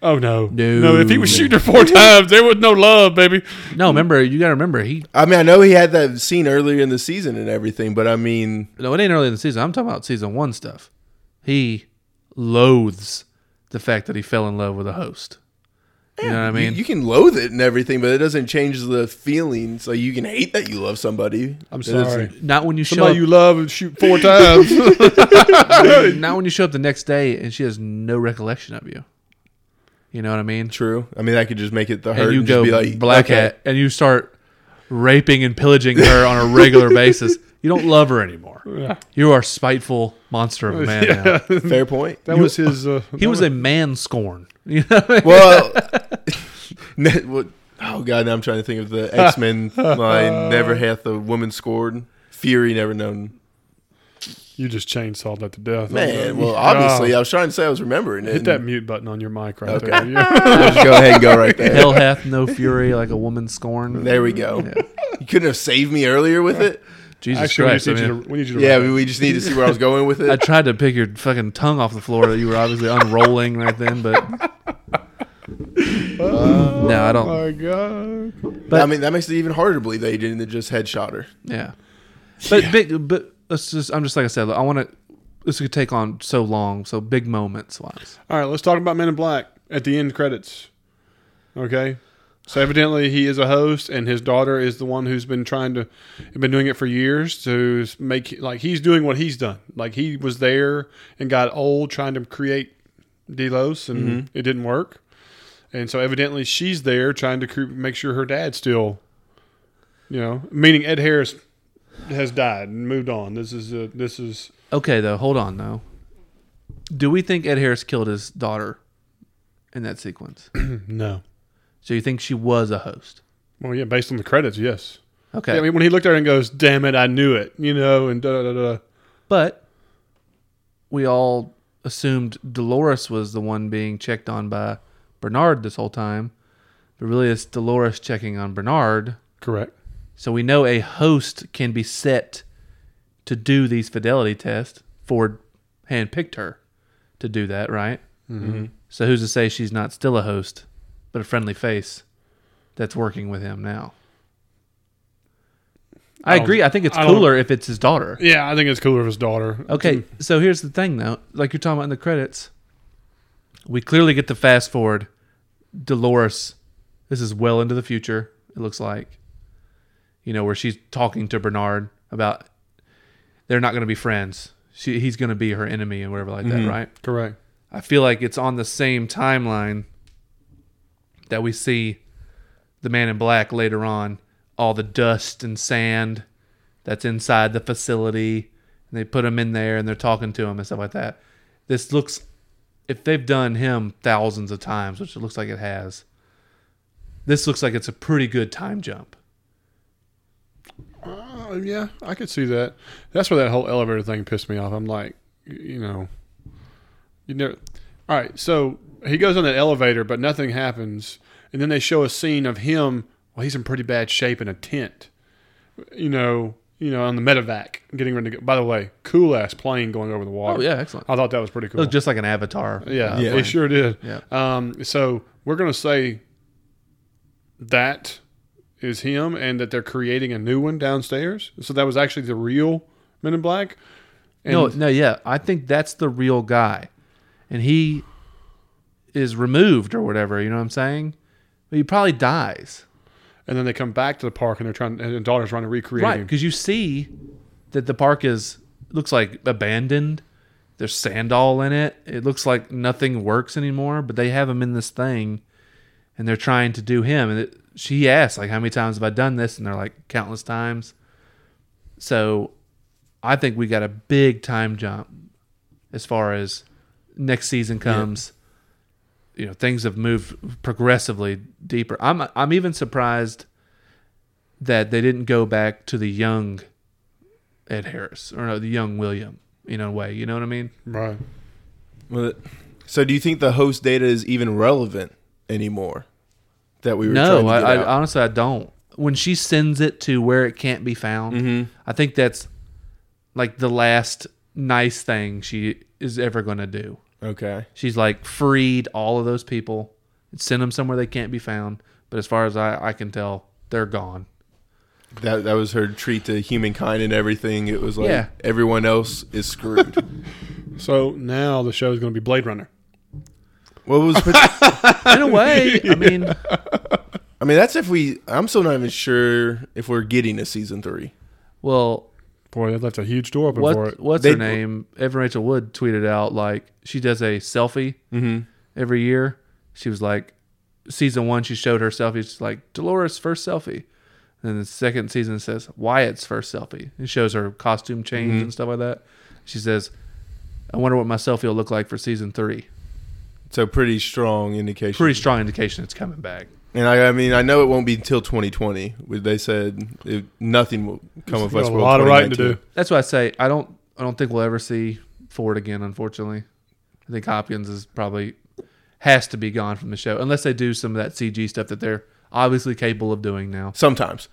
A: Oh no,
B: No.
A: no! If he was shooting her four times, there was no love, baby.
B: No, remember, you got to remember, he.
C: I mean, I know he had that scene earlier in the season and everything, but I mean,
B: No, it ain't early in the season. I'm talking about season one stuff. He loathes the fact that he fell in love with a host. You know what I
C: you-
B: mean?
C: you, can loathe it and everything, but it doesn't change the feelings. Like you can hate that you love somebody.
A: I'm
C: It doesn't-
A: sorry.
B: Not when you show
A: Somebody
B: up
A: you love and shoot four times.
B: not when you show up the next day and she has no recollection of you. You know what I mean?
C: True. I mean, that could just make it the hurt.
B: And you
C: just
B: go
C: be like
B: black
C: okay.
B: hat and you start raping and pillaging her on a regular basis. You don't love her anymore. You are a spiteful monster of a man. Now.
C: Fair point.
A: That was his. Uh,
B: He was a man scorn. You know what I mean?
C: Well, ne- what- oh god, now I'm trying to think of the X Men line. Never hath a woman scored. Fury never known.
A: you just chainsawed that to death.
C: Man,
A: Oh,
C: well, obviously,
A: God.
C: I was trying to say I was remembering it.
A: hit that mute button on your mic right there.
C: I'll just go ahead and go right there.
B: Hell hath no fury like a woman scorned.
C: There we go. You couldn't have saved me earlier with it.
B: Jesus
A: Actually, we
B: Christ.
A: just need
B: I,
A: you
B: mean,
A: to. We need you to.
C: Yeah,
A: wrap
C: we, we just need to see where I was going with
B: I
C: it.
B: tried to pick your fucking tongue off the floor that you were obviously unrolling right then, but
C: Uh,
B: no, I don't.
A: Oh my god!
B: but-
C: I mean, that makes it even harder to believe that he didn't just headshot her.
B: Yeah. But big but let's just I'm just like I said, I wanna this could take on so long, so big moments wise.
A: All right, let's talk about Men in Black at the end credits. Okay, so evidently he is a host, and his daughter is the one who's been trying to, been doing it for years to make like he's doing what he's done. Like he was there and got old trying to create Delos, and it didn't work. And so evidently she's there trying to cre- make sure her dad's still, you know, meaning Ed Harris has died and moved on. This is a, this is
B: Okay though, hold on though. Do we think Ed Harris killed his daughter in that sequence?
A: no.
B: so you think she was a host?
A: Well, yeah, based on the credits, yes.
B: Okay.
A: Yeah, I mean, when he looked at her and goes, "Damn it, I knew it," you know, and da da da. da.
B: but we all assumed Dolores was the one being checked on by Bernard this whole time. But really it's Dolores checking on Bernard.
A: Correct.
B: So we know a host can be set to do these fidelity tests. Ford handpicked her to do that, right? Mm-hmm. So who's to say she's not still a host, but a friendly face that's working with him now? I,
A: I don't-
B: agree. I think it's
A: I don't-
B: cooler if it's his daughter.
A: Yeah, I think it's cooler if his daughter.
B: Okay, so here's the thing though. Like you're talking about in the credits, we clearly get the fast forward. Dolores, this is well into the future, it looks like. You know, where she's talking to Bernard about they're not going to be friends. She, he's going to be her enemy and whatever like that, right?
A: Correct.
B: I feel like it's on the same timeline that we see the man in black later on, all the dust and sand that's inside the facility, and they put him in there and they're talking to him and stuff like that. This looks if they've done him thousands of times, which it looks like it has, this looks like it's a pretty good time jump.
A: Uh, yeah, I could see that. That's where that whole elevator thing pissed me off. I'm like, y- you know, you never. All right, so he goes on that elevator, but nothing happens, and then they show a scene of him. Well, he's in pretty bad shape in a tent, you know, you know, on the medevac, getting ready to go. By the way, cool ass plane going over the water.
B: Oh yeah, excellent.
A: I thought that was pretty
B: It
A: cool.
B: looks just like an avatar.
A: Yeah,
B: uh,
C: Yeah.
A: it sure did.
B: Yeah.
A: Um, so we're gonna say that is him, and that they're creating a new one downstairs. So that was actually the real Men in Black. And
B: no, no, yeah. I think that's the real guy, and he is removed or whatever. You know what I'm saying? He probably dies,
A: And then they come back to the park and they're trying, and the daughter's trying to recreate
B: right?
A: him.
B: Because you see that the park is looks like abandoned. There's sand all in it. It looks like nothing works anymore. But they have him in this thing, and they're trying to do him. And it, she asks, like, "How many times have I done this?" And they're like, "Countless times." So, I think we got a big time jump as far as next season comes. You know, things have moved progressively deeper. I'm I'm even surprised that they didn't go back to the young Ed Harris or no, the young William in a way. You know what I mean?
A: Right.
C: Well, So do you think the host data is even relevant anymore? That we were
B: no,
C: trying to
B: I,
C: get
B: I
C: out?
B: honestly I don't. When she sends it to where it can't be found,
C: Mm-hmm.
B: I think that's like the last nice thing she is ever going to do.
C: okay.
B: She's like freed all of those people, and sent them somewhere they can't be found. But as far as I, I can tell, they're gone.
C: That that was her treat to humankind and everything. It was like
B: Yeah.
C: everyone else is screwed.
A: So now the show is going to be Blade Runner.
C: what was?
B: In a way, I mean,
C: I mean, that's if we. I'm still not even sure if we're getting a season three.
B: well,
A: Boy, that left a huge door open for
B: what
A: it.
B: what's
C: They-
B: her name? Evan Rachel Wood tweeted out like she does a selfie
A: Mm-hmm.
B: every year. She was like, season one, she showed her selfie. She's like Dolores' first selfie. And then the second season it says Wyatt's first selfie. It shows her costume change
A: Mm-hmm.
B: and stuff like that. She says, "I wonder what my selfie will look like for season three.
C: So pretty strong indication.
B: Pretty strong indication it's coming back.
C: And I, I mean, I know it won't be until 2020. We- They said it, nothing will come of
A: Got
C: us.
A: a lot of writing to do.
B: That's why I say I don't. I don't think we'll ever see Ford again. Unfortunately, I think Hopkins is probably has to be gone from the show unless they do some of that CG stuff that they're obviously capable of doing now.
C: Sometimes.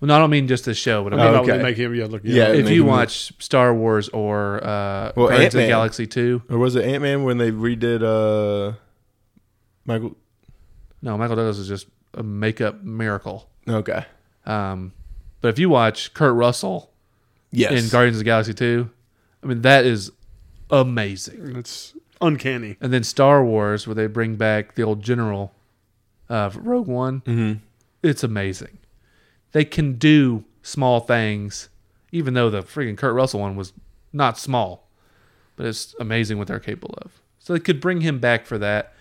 B: Well, no, I don't mean just the show, but I
A: I
B: mean
A: mean,
C: Oh,
A: that would
C: okay.
A: make him, yeah, look,
C: Yeah.
B: if
C: maybe
B: you
C: we-
B: watch Star Wars or uh,
C: Well,
B: Guardians of the
C: Ant-Man.
B: Galaxy two,
C: Or was it Ant Man when they redid uh, Michael?
B: no, Michael Douglas is just a makeup miracle.
C: Okay.
B: Um, but if you watch Kurt Russell
C: Yes.
B: in Guardians of the Galaxy two, I mean that is amazing.
A: It's uncanny.
B: and then Star Wars, where they bring back the old general of Rogue One.
C: Mhm.
B: It's amazing. They can do small things, even though the freaking Kurt Russell one was not small, but it's amazing what they're capable of. So they could bring him back for that.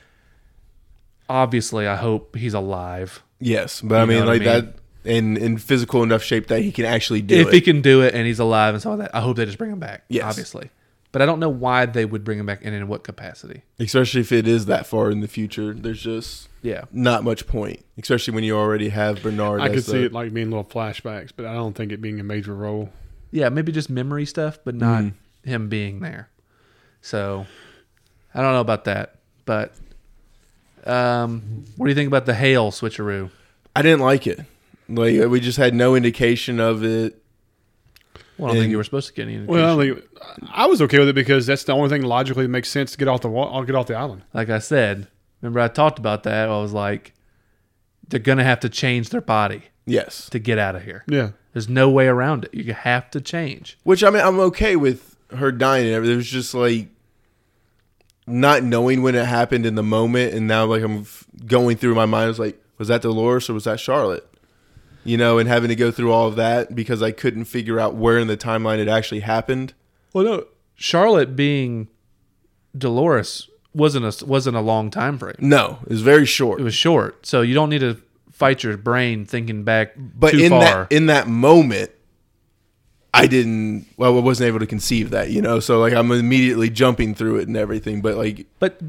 B: Obviously, I hope he's alive.
C: yes, but I
B: You know
C: mean,
B: what I
C: like
B: mean?
C: that, in in physical enough shape that he can actually do
B: if
C: it.
B: he can do it and he's alive and stuff like that, I hope they just bring him back.
C: Yes.
B: Obviously. But I don't know why they would bring him back and in what capacity.
C: Especially if it is that far in the future, there's just
B: Yeah.
C: not much point. Especially when you already have Bernard.
A: I
C: as
A: could
C: the-
A: see it like being little flashbacks, but I don't think it being a major role.
B: yeah, maybe just memory stuff, but not
A: Mm.
B: him being there. So I don't know about that, but um, what do you think about the hail switcheroo?
C: I didn't like it. Like we just had no indication of it.
B: Well, I don't think
C: And-
B: you were supposed to get any. Indication.
A: Well, I, think- I was okay with it because that's the only thing logically that makes sense to get off the wa- uh, get off the island.
B: like I said, remember I talked about that. I was like, they're gonna have to change their body
C: Yes.
B: to get out of here.
A: Yeah,
B: There's no way around it. You have to change.
C: Which I mean, I'm okay with her dying. and everything. It was just like not knowing when it happened in the moment, and now like I'm f- going through my mind. I was like, was that Dolores or was that Charlotte? You know, and having to go through all of that because I couldn't figure out where in the timeline it actually happened.
B: Well, no, Charlotte being Dolores wasn't a wasn't a long time frame.
C: No, it was very short.
B: it was short, so you don't need to fight your brain thinking back
C: but
B: too
C: in
B: far.
C: that in that moment i didn't well i wasn't able to conceive that you know so like i'm immediately jumping through it and everything but like
B: but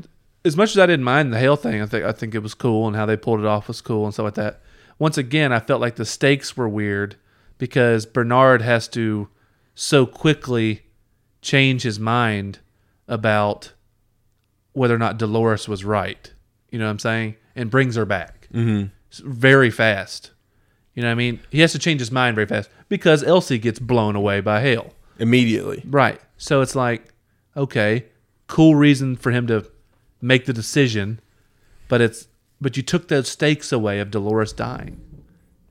B: as much as I didn't mind the hail thing, I think I think it was cool and how they pulled it off was cool and stuff like that. Once again, I felt like the stakes were weird because Bernard has to so quickly change his mind about whether or not Dolores was right. You know what I'm saying? And brings her back
C: Mm-hmm.
B: S- very fast. You know what I mean? He has to change his mind very fast because Elsie gets blown away by hail.
C: immediately
B: Right. So it's like, okay, cool reason for him to make the decision, but it's but you took those stakes away of Dolores dying.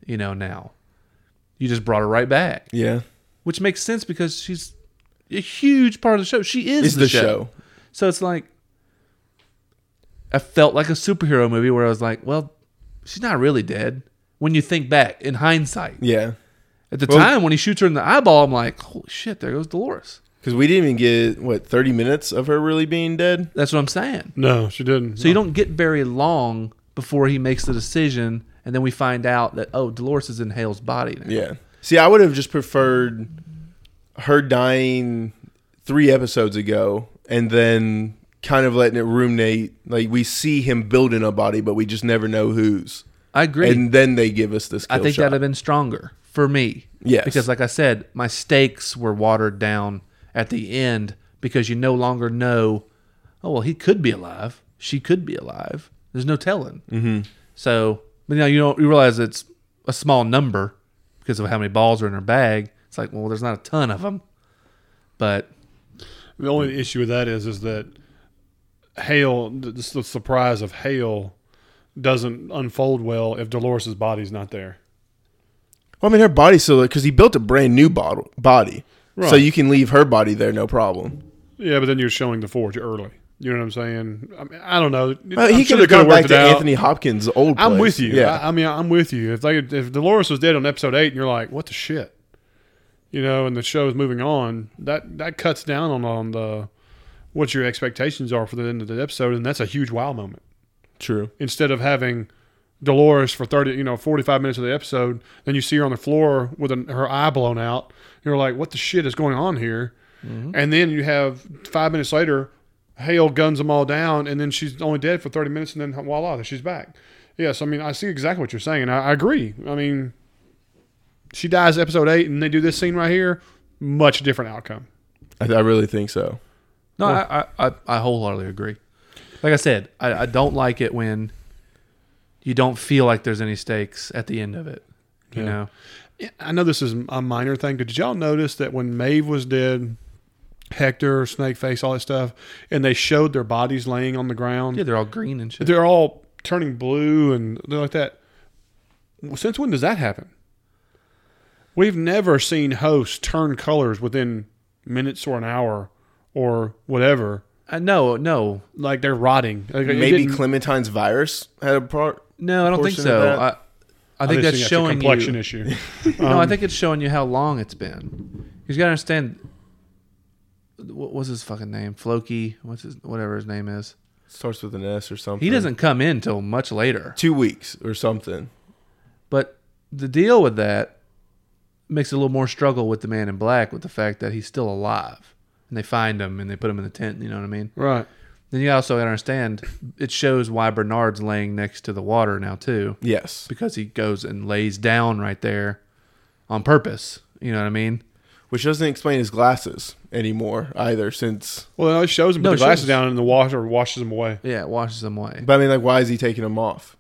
B: You know now. You just brought her right back,
C: yeah
B: which makes sense because she's a huge part of the show. She is
C: it's
B: the, show. So it's like I felt like a superhero movie where I was like, well, she's not really dead. When you think back in hindsight,
C: Yeah.
B: at the
C: Well-
B: time when he shoots her in the eyeball, I'm like, holy shit, there goes Dolores.
C: Because we didn't even get, what, 30 minutes of her really being dead?
B: That's what I'm saying.
A: No, she didn't.
B: So you don't get very long before he makes the decision, and then we find out that oh, Dolores is in Hale's body. Now.
C: Yeah. See, I would have just preferred her dying three episodes ago and then kind of letting it ruminate. Like, we see him building a body, but we just never know whose.
B: I agree.
C: And then they give us this
B: I
C: kill
B: think
C: shot.
B: that'd have been stronger for me.
C: Yes.
B: Because like I said, my stakes were watered down at the end because you no longer know. Oh well, he could be alive. She could be alive. There's no telling. Mm-hmm. So, but now you don't you realize it's a small number because of how many balls are in her bag. It's like well, there's not a ton of them, but
A: The only issue with that is is that Hale, th- this- the surprise of Hale, doesn't unfold well if Dolores' body's not there.
C: Well, I mean, her body's still because he built a brand new bottle, body. So
A: Right.
C: you can leave her body there, no problem.
A: Yeah, but then you're showing the forge early. You know what I'm saying? I, mean, I don't know.
C: Uh,
A: I'm
C: he
A: sure
C: could have
A: they
C: gone
A: could've
C: back
A: worked
C: to
A: it out.
C: Anthony Hopkins' old.
A: I'm
C: place.
A: with you.
C: Yeah,
A: I, I mean, I'm with you. If they, if Dolores was dead on episode eight, and you're like, what the shit, you know, and the show is moving on, that that cuts down on on the what your expectations are for the end of the episode, and that's a huge wow moment.
C: true.
A: Instead of having Dolores for thirty, you know, forty five minutes of the episode, then you see her on the floor with an, her eye blown out. You're like, what the shit is going on here? And then you have five minutes later, Hale guns them all down, and then she's only dead for 30 minutes, and then voila, she's back. Yes, I mean, I see exactly what you're saying, and I, I agree. I mean, she dies episode eight, and they do this scene right here, much different outcome.
C: I, I really think so.
B: No, I, I, I, I wholeheartedly agree. Like I said, I, I don't like it when you don't feel like there's any stakes at the end of it. You
A: Yeah.
B: know,
A: Yeah, I know this is a minor thing, but did y'all notice that when Maeve was dead, Hector, Snakeface, all that stuff, and they showed their bodies laying on the ground,
B: yeah, they're all green and shit.
A: they're all turning blue and they're like that. Since when does that happen? We've never seen hosts turn colors within minutes or an hour or whatever.
B: Uh, no, no,
A: Like they're rotting. Like, it
C: Maybe
A: didn't-
C: Clementine's virus had a part.
B: no, I don't think
C: Portion of
B: so.
C: that.
B: I, I
A: I
B: think
A: just
B: that's
A: a
B: showing
A: complexion
B: you.
A: issue.
B: no, I think it's showing you how long it's been. You got to understand. What was his fucking name? Floki. What's his whatever his name is?
C: Starts with an S or something.
B: He doesn't come in till much later.
C: two weeks or something.
B: But the deal with that makes it a little more struggle with the man in black with the fact that he's still alive. And they find him and they put him in the tent, you know what I mean?
A: right.
B: Then you also gotta understand it shows why Bernard's laying next to the water now too.
C: Yes,
B: Because he goes and lays down right there on purpose. You know what I mean?
C: which doesn't explain his glasses anymore either. Since,
A: Well, it shows them put
B: No,
A: the
B: it
A: glasses
B: shows.
A: down and the water washes them away.
B: Yeah, it washes him away.
C: but I mean, like, why is he taking them off?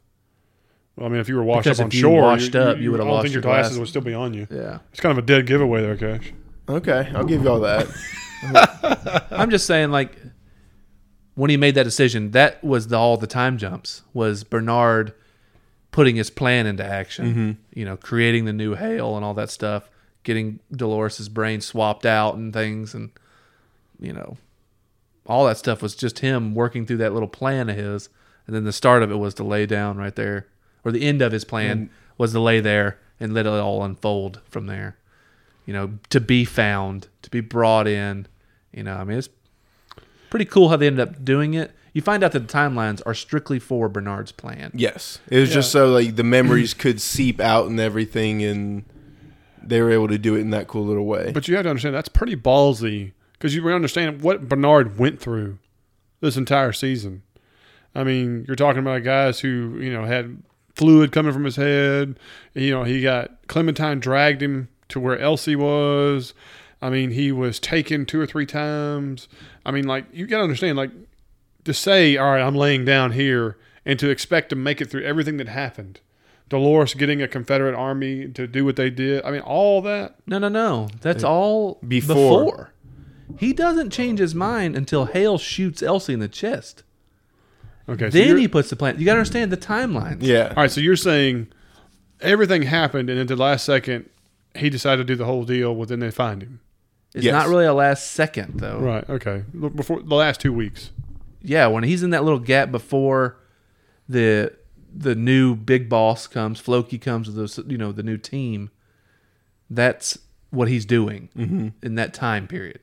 A: Well, I mean, if you were washed
B: Because
A: up
B: if
A: on
B: you
A: shore,
B: washed up, you would've
A: I don't
B: lost
A: think your
B: your
A: glasses,
B: glasses.
A: would still be on you.
B: Yeah.
A: It's kind of a dead giveaway there, Cash.
C: Okay, I'll give y'all that.
B: I'm just saying, like, when he made that decision, that was the all the time jumps was Bernard putting his plan into action. You know, creating the new hail and all that stuff, getting Dolores's brain swapped out and things, and you know, all that stuff was just him working through that little plan of his. And then the start of it was to lay down right there, or the end of his plan was to lay there and let it all unfold from there. You know, to be found, to be brought in. You know, I mean, it's pretty cool how they ended up doing it. You find out that the timelines are strictly for Bernard's plan.
C: Yes, it was just so like the memories could seep out and everything, and they were able to do it in that cool little way.
A: But you have to understand that's pretty ballsy because you understand what Bernard went through this entire season. I mean, you're talking about guys who you know had fluid coming from his head. You know, he got Clementine dragged him to where Elsie was. I mean, he was taken two or three times. I mean, like you got to understand, like to say, all right, I'm laying down here, and to expect to make it through everything that happened. Dolores getting a Confederate army to do what they did. I mean, all that.
B: No, no, no. That's all
C: Before.
B: before. He doesn't change his mind until Hale shoots Elsie in the chest.
A: Okay. so
B: then
A: you're-
B: he puts the plan. You got to understand the timelines.
C: yeah,
A: All right, so you're saying everything happened, and at the last second, he decided to do the whole deal. Well, then they find him.
B: It's
C: Yes.
B: not really a last second though.
A: Right. Okay. Before the last two weeks.
B: yeah, when he's in that little gap before the the new big boss comes, Floki comes with the you know the new team. That's what he's doing
C: Mm-hmm.
B: in that time period.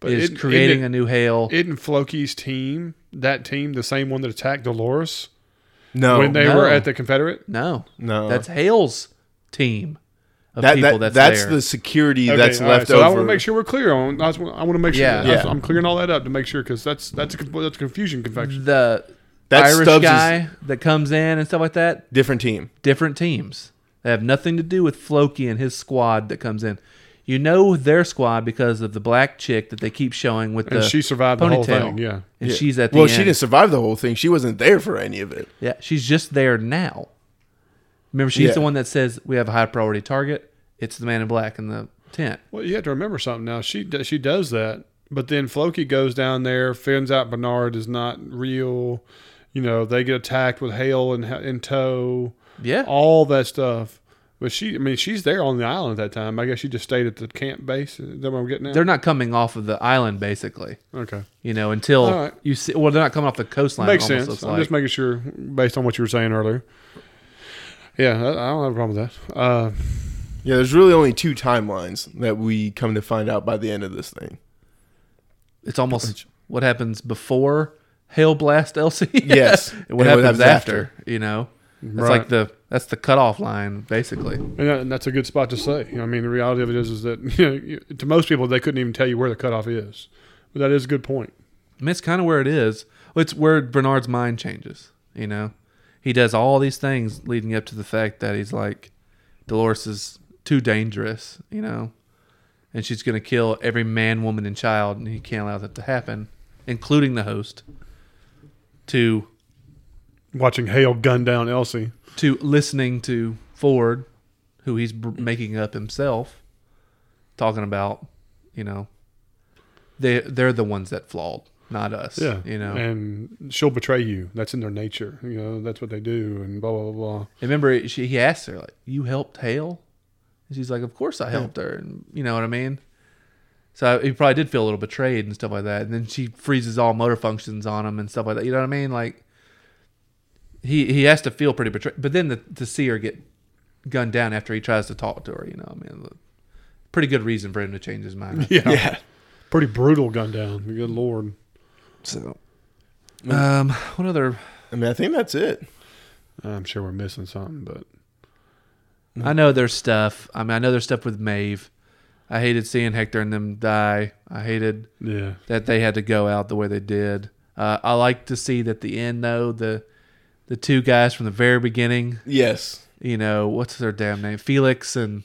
A: But
B: is
A: isn't-
B: creating
A: isn't
B: a new hail.
A: Isn't Floki's team that team the same one that attacked Dolores
C: Oh, No,
A: when they
B: no.
A: were at the Confederate?
B: no,
C: no,
B: that's Hale's team of
C: that,
B: people
C: that,
B: that's
C: that's
B: there.
C: the security
A: Okay,
C: that's
A: all right,
C: left
A: so I
C: over.
A: want to make sure we're clear on. I, just want- I want to make sure
B: Yeah.
A: that's-
C: Yeah.
A: I'm clearing all that up to make sure because that's that's a, conf- that's a confusion confection.
B: the
C: That
B: Irish
C: Stubbs is-
B: guy that comes in and stuff like that.
C: Different team.
B: Different teams that have nothing to do with Floki and his squad that comes in. You know their squad because of the black chick that they keep showing with
A: And
B: the
A: she survived the whole
B: ponytail.
A: thing. Yeah,
B: and
C: Yeah.
B: she's at the
C: well,
B: end.
C: she didn't survive the whole thing. She wasn't there for any of it.
B: Yeah, she's just there now. Remember, she's
C: Yeah.
B: the one that says we have a high priority target. It's the man in black in the tent.
A: Well, you have to remember something now. She d- she does that, but then Floki goes down there, finds out Bernard is not real. You know, they get attacked with hail and in tow,
B: Yeah,
A: all that stuff. But she, I mean, she's there on the island at that time. I guess she just stayed at the camp base. Is that what we're getting at?
B: they're not coming off of the island basically.
A: okay,
B: You know, until
A: All right.
B: you see. Well, they're not coming off the coastline. it
A: makes
B: almost
A: sense.
B: looks
A: I'm
B: like.
A: just making sure based on what you were saying earlier. Yeah, I, I don't have a problem with that. Uh,
C: Yeah, there's really only two timelines that we come to find out by the end of this thing.
B: it's almost what happens before hail blast LC.
C: Yes.
B: and
C: And
B: what happens after, You know, that's
A: Right.
B: like the that's the cutoff line basically.
A: And, that, and that's a good spot to say. You know, I mean, the reality of it is, is that you know, you- to most people, they couldn't even tell you where the cutoff is. But that is a good point.
B: I mean, it's kind of where it is. It's where Bernard's mind changes. You know, he does all these things leading up to the fact that he's like, Dolores is too dangerous. You know, and she's gonna kill every man, woman, and child, and he can't allow that to happen, including the host. To
A: Watching Hale gun down Elsie.
B: to listening to Ford, who he's br- making up himself, talking about, you know, they they're the ones that flawed, not us.
A: Yeah,
B: you know.
A: and she'll betray you. That's in their nature. You know, that's what they do, and blah blah blah. blah.
B: I remember she, he asked her like, "You helped Hale?" And she's like, "Of course I helped her." And you know what I mean? So he probably did feel a little betrayed and stuff like that. And then she freezes all motor functions on him and stuff like that. You know what I mean? Like he he has to feel pretty betrayed. But then the, to see her get gunned down after he tries to talk to her, you know, I mean, look, pretty good reason for him to change his mind.
A: Yeah,
C: Yeah.
A: pretty brutal gun down. Good lord.
B: So, um, what other?
C: I mean, I think that's it.
A: I'm sure we're missing something, but
B: I know there's stuff. I mean, I know there's stuff with Maeve. I hated seeing Hector and them die. I hated
A: yeah,
B: that they had to go out the way they did. Uh, I like to see that the end though the the two guys from the very beginning.
C: Yes.
B: You know what's their damn name? Felix and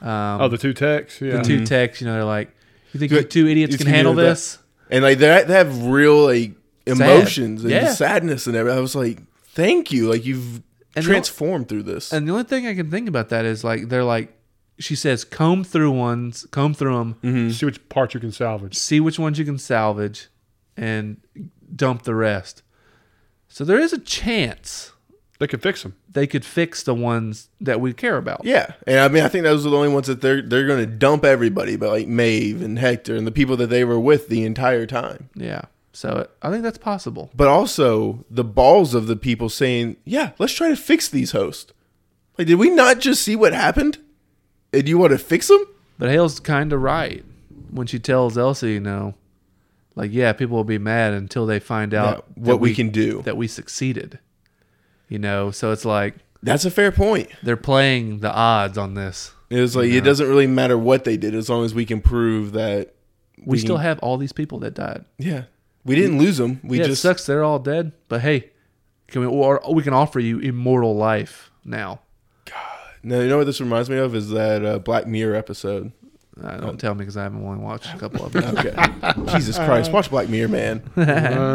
B: um,
A: oh, the two techs. Yeah,
B: the two techs. You know they're like, you think
C: Do
B: you
C: it-
B: two idiots
C: Mm-hmm. you
B: can
C: can
B: handle
C: do that."
B: this?
C: And like they, they have real like emotions and
B: Yeah.
C: sadness and everything. I was like, thank you. Like you've
B: And the-
C: transformed through this.
B: And the only thing I can think about that is like they're like, she says, comb through ones, comb through them,
C: Mm-hmm.
A: Mm-hmm. see which part you can salvage.
B: see which ones you can salvage, and dump the rest. So there is a chance
A: They can fix them.
B: they could fix the ones that we care about.
C: yeah. And I mean, I think those are the only ones that they're they're going to dump everybody, but like Maeve and Hector and the people that they were with the entire time.
B: Yeah. So I think that's possible.
C: But also the balls of the people saying, "Yeah, let's try to fix these hosts." Like, did we not just see what happened? And you want to fix them?
B: But Hale's kind of right when she tells Elsie, you know, like, yeah, people will be mad until they find out
C: Yeah,
B: that
C: what we can do.
B: that we succeeded. You know, so it's like
C: That's a fair point.
B: they're playing the odds on this.
C: It was like it doesn't really matter what they did as long as we can prove that
B: We
C: can-
B: still have all these people that died.
C: yeah we didn't lose them. We
B: yeah,
C: just
B: it sucks they're all dead, but hey, can we or we can offer you immortal life now.
C: no. You know what this reminds me of is that uh, Black Mirror episode. Oh.
B: Uh, don't tell me because I haven't only watched a couple of them.
C: Okay, Jesus Christ, watch Black Mirror, man.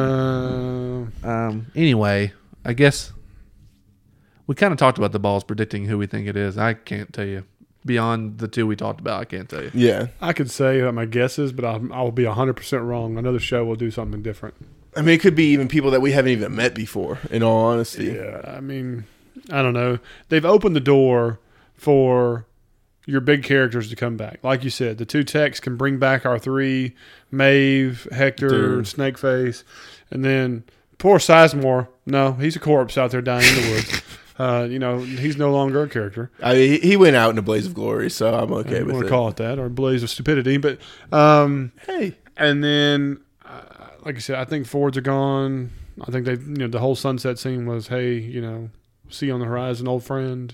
A: Uh,
B: Um, anyway, I guess we kind of talked about the balls predicting who we think it is. I can't tell you beyond the two we talked about. I can't tell you.
C: Yeah,
A: I could say that my guesses, but I'm, I'll be 100% wrong. Another show will do something different.
C: I mean it could be even people that we haven't even met before. In all honesty,
A: Yeah, I mean, I don't know. They've opened the door for your big characters to come back. Like you said, the two techs can bring back our three Maeve, Hector,
C: Dude.
A: and Snakeface. And then poor Sizemore. No, he's a corpse out there dying in the woods. Uh, you know, he's no longer a character.
C: I mean, he- he went out in a blaze of glory, so I'm okay
A: if you
C: with
A: want
C: it.
A: to call it that, or blaze of stupidity. But um,
C: Hey,
A: and then, uh, like I said, I think Fords are gone. I think they, you know, the whole sunset scene was, hey, you know, see you on the horizon, old friend.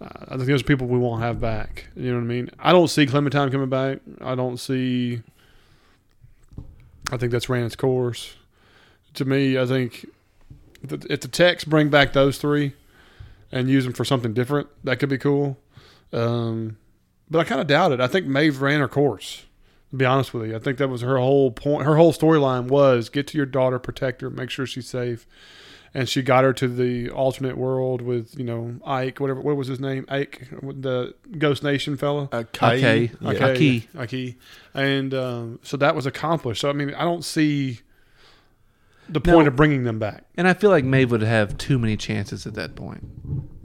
A: Uh, I think those people we won't have back. You know what I mean? I don't see Clementine coming back. I don't see. I think that's ran its course. To me, I think th- if the techs bring back those three and use them for something different, that could be cool. Um, but I kind of doubt it. I think Maeve ran her course to be honest with you. I think that was her whole point. Her whole storyline was get to your daughter, protect her, make sure she's safe. And she got her to the alternate world with, you know, Ike, whatever. What was his name? Ike, the Ghost Nation fella.
C: a Kai.
B: Okay.
C: Yeah.
B: Okay. Aki.
A: Aki. And um, so that was accomplished. So, I mean, I don't see the
B: No.
A: point of bringing them back.
B: And I feel like Maeve would have too many chances at that point.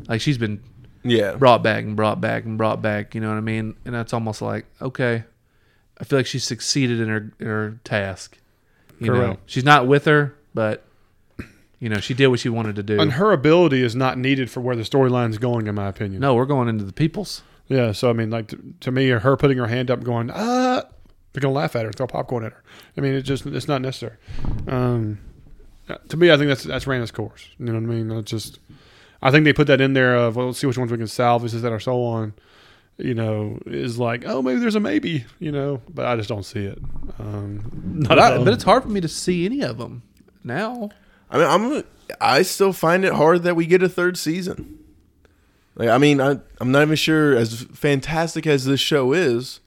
B: Like she's been
C: Yeah.
B: brought back and brought back and brought back. You know what I mean? And that's almost like okay, I feel like she succeeded in her in her task. You know,
A: Correct.
B: she's not with her, but you know she did what she wanted to do.
A: And her ability is not needed for where the storyline's going, in my opinion.
B: no, we're going into the peoples.
A: Yeah, so I mean, like to, to me, her putting her hand up, going, "Ah," they're gonna laugh at her, throw popcorn at her. I mean, it just it's not necessary. Um, to me, I think that's that's ran its course. You know what I mean? That's just, I think they put that in there of, well, let's see which ones we can salvage, is that or so on. You know, is like, oh, maybe there's a maybe. You know, but I just don't see it. Um, not
B: But,
A: at
B: I,
A: all.
B: but it's hard for me to see any of them now.
C: I mean, I'm. I still find it hard that we get a third season. Like, I mean, I, I'm not even sure. As fantastic as this show is,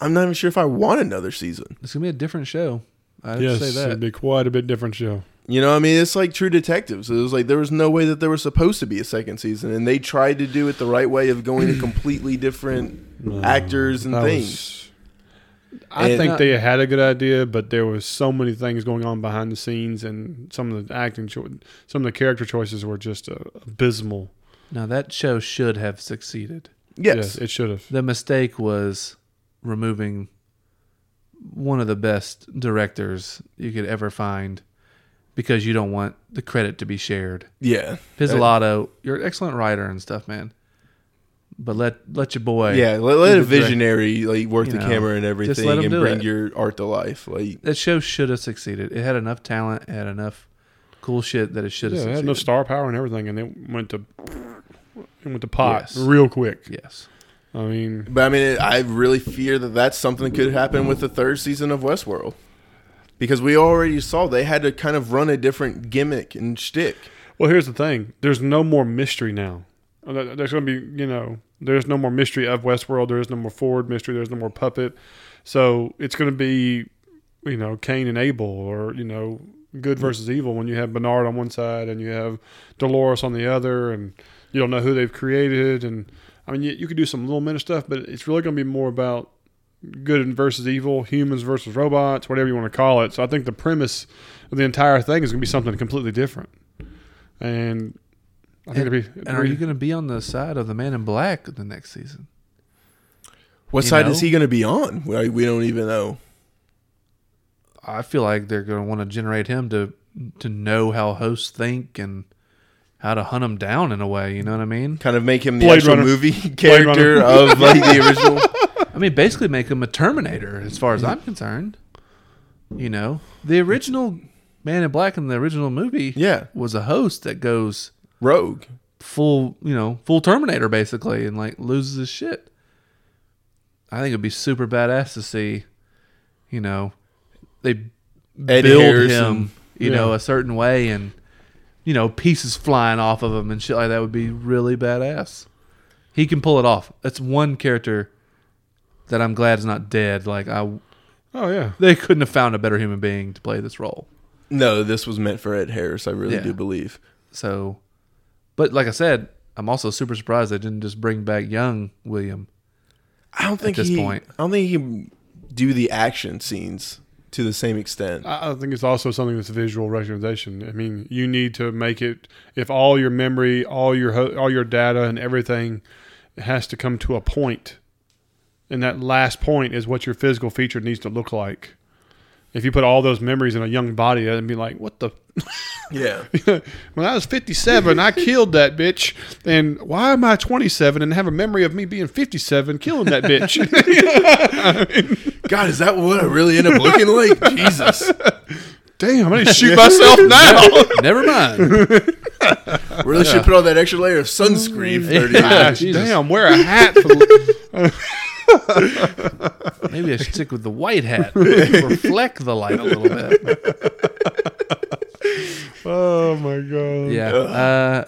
C: I'm not even sure if I want another season.
B: It's gonna be a different show. I would
A: yes,
B: say
A: it'd
B: that.
A: be quite a bit different show.
C: You know, I mean, it's like True Detectives. It was like there was no way that there was supposed to be a second season, and they tried to do it the right way of going to completely different actors and
A: That
C: things.
A: was- I
C: And-
A: think they had a good idea, but there was so many things going on behind the scenes, and some of the acting, cho- some of the character choices were just uh, abysmal.
B: No, that show should have succeeded.
C: yes,
A: it should have.
B: The mistake was removing one of the best directors you could ever find because you don't want the credit to be shared.
C: yeah,
B: Pizzolatto, you're an excellent writer and stuff, man. But let let your boy.
C: yeah. Let, let a
B: Good direct-
C: visionary like work
B: You
C: the
B: know,
C: camera and everything,
B: let 'em
C: and
B: do
C: bring
B: it.
C: your art to life. Like,
B: That show should have succeeded. It had enough talent, it had enough cool shit that it should
A: Yeah,
B: have
A: it had
B: succeeded.
A: enough star power and everything, and it went to it went to pot
B: Yes.
A: real quick.
B: yes.
A: I mean,
C: But I mean, it, I really fear that that's something that could happen with the third season of Westworld, because we already saw they had to kind of run a different gimmick and shtick.
A: well, here's the thing: there's no more mystery now. Uh, there- There's going to be, you know, there's no more mystery of Westworld. There is no more Ford mystery. There's no more puppet. So it's going to be you know Cain and Abel or you know good
B: Mm-hmm.
A: versus evil when you have Bernard on one side and you have Dolores on the other and you don't know who they've created and I mean you, you could do some little minute stuff but it's really going to be more about good and versus evil humans versus robots whatever you want to call it so I think the premise of the entire thing is going to be something completely different and I think it'd be
B: And are you going to be on the side of the man in black the next season?
C: What
B: You
C: side
B: know?
C: is he going to be on? We, we don't even know.
B: I feel like they're going to want to generate him to to know how hosts think and how to hunt them down in a way. You know what I mean?
C: Kind of make him the
A: Blade
C: actual
A: Runner.
C: movie character of like the original.
B: I mean, basically make him a Terminator, as far as I'm concerned. You know, the original Man in Black in the original movie
C: Yeah,
B: was a host that goes
C: Rogue.
B: full, you know, full Terminator basically, and like loses his shit. I think it'd be super badass to see. You know, they
C: Ed
B: build
C: Harrison.
B: him, you
A: Yeah.
B: know, a certain way, and you know, pieces flying off of him and shit like that would be really badass. He can pull it off. That's one character that I'm glad is not dead. Like I,
A: oh yeah
B: they couldn't have found a better human being to play this role.
C: No, this was meant for Ed Harris. I really
B: Yeah.
C: do believe.
B: So, but like I said, I'm also super surprised they didn't just bring back young William.
C: I don't think
B: this
C: he,
B: point.
C: I don't think he can do the action scenes to the same extent.
A: I I think it's also something that's visual recognition. I mean, you need to make it if all your memory, all your ho- all your data, and everything It has to come to a point, and that last point is what your physical feature needs to look like. If you put all those memories in a young body, that'd be like, what the?
C: Yeah.
A: When I was 57, I killed that bitch. And why am I 27 and have a memory of me being 57 killing that bitch?
C: God, is that what I really end up looking like? Jesus.
A: Damn, I need to shoot myself now.
B: Never mind.
C: Really should put on that extra layer of
A: Mm.
C: sunscreen. 30
A: Gosh,
B: Jesus.
A: damn, wear a hat for the-
B: Maybe I should stick with the white hat. Reflect the light a little bit.
A: Oh my god.
B: Yeah. Uh,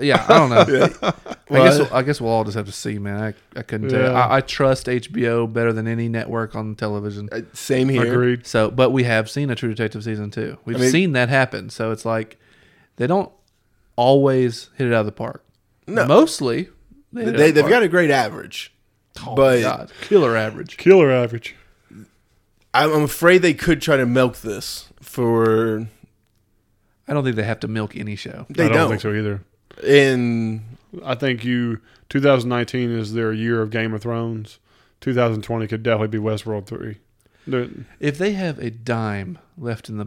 B: yeah. I don't know. I guess I guess we'll all just have to see, man. I, I couldn't tell. you.
A: Yeah.
B: I, I trust HBO better than any network on television.
C: Uh, Same here.
A: Agreed.
B: So, but we have seen a True Detective season two. We've
C: mean-
B: seen that happen. So it's like they don't always hit it out of the park.
C: No.
B: Mostly they
C: They, they've got a great average. but
B: Oh killer average.
A: Killer average.
C: I'm I'm afraid they could try to milk this for.
B: I don't think they have to milk any show.
C: They
A: I don't,
C: don't.
A: think so either.
C: And
A: I think you 2019 is their year of Game of Thrones. 2020 could definitely be Westworld 3. They're-
B: If they have a dime left in the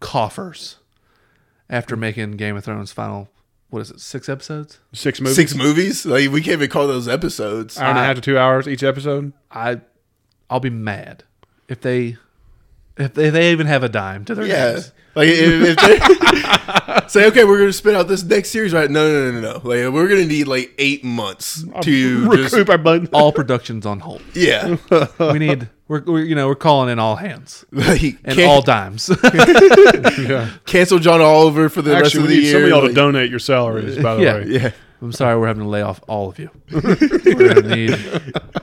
B: coffers after making Game of Thrones final, what is it? Six episodes?
A: six movies.
C: six movies? Like, we can't even call those episodes.
A: Hour and a half to two hours each episode.
B: I, I'll be mad if they, if they, they even have a dime to their
C: Yeah.
B: names.
C: Like if, if they say, okay, we're gonna spin out this next series, right? No, no, no, no, no. Like we're gonna need like eight months to just
A: recoup our bud.
B: All productions on hold.
C: yeah.
B: we need we're, we're you know we're calling in all hands
C: Like
B: and
C: can-
B: all dimes.
A: Yeah.
C: cancel John Oliver for the
A: Actually, we
C: rest of
A: need
C: the
A: some
C: year.
A: of y'all to
C: like-
A: donate your salaries. By the
B: Yeah.
A: way,
C: yeah.
B: I'm sorry, we're having to lay off all of you. we're gonna need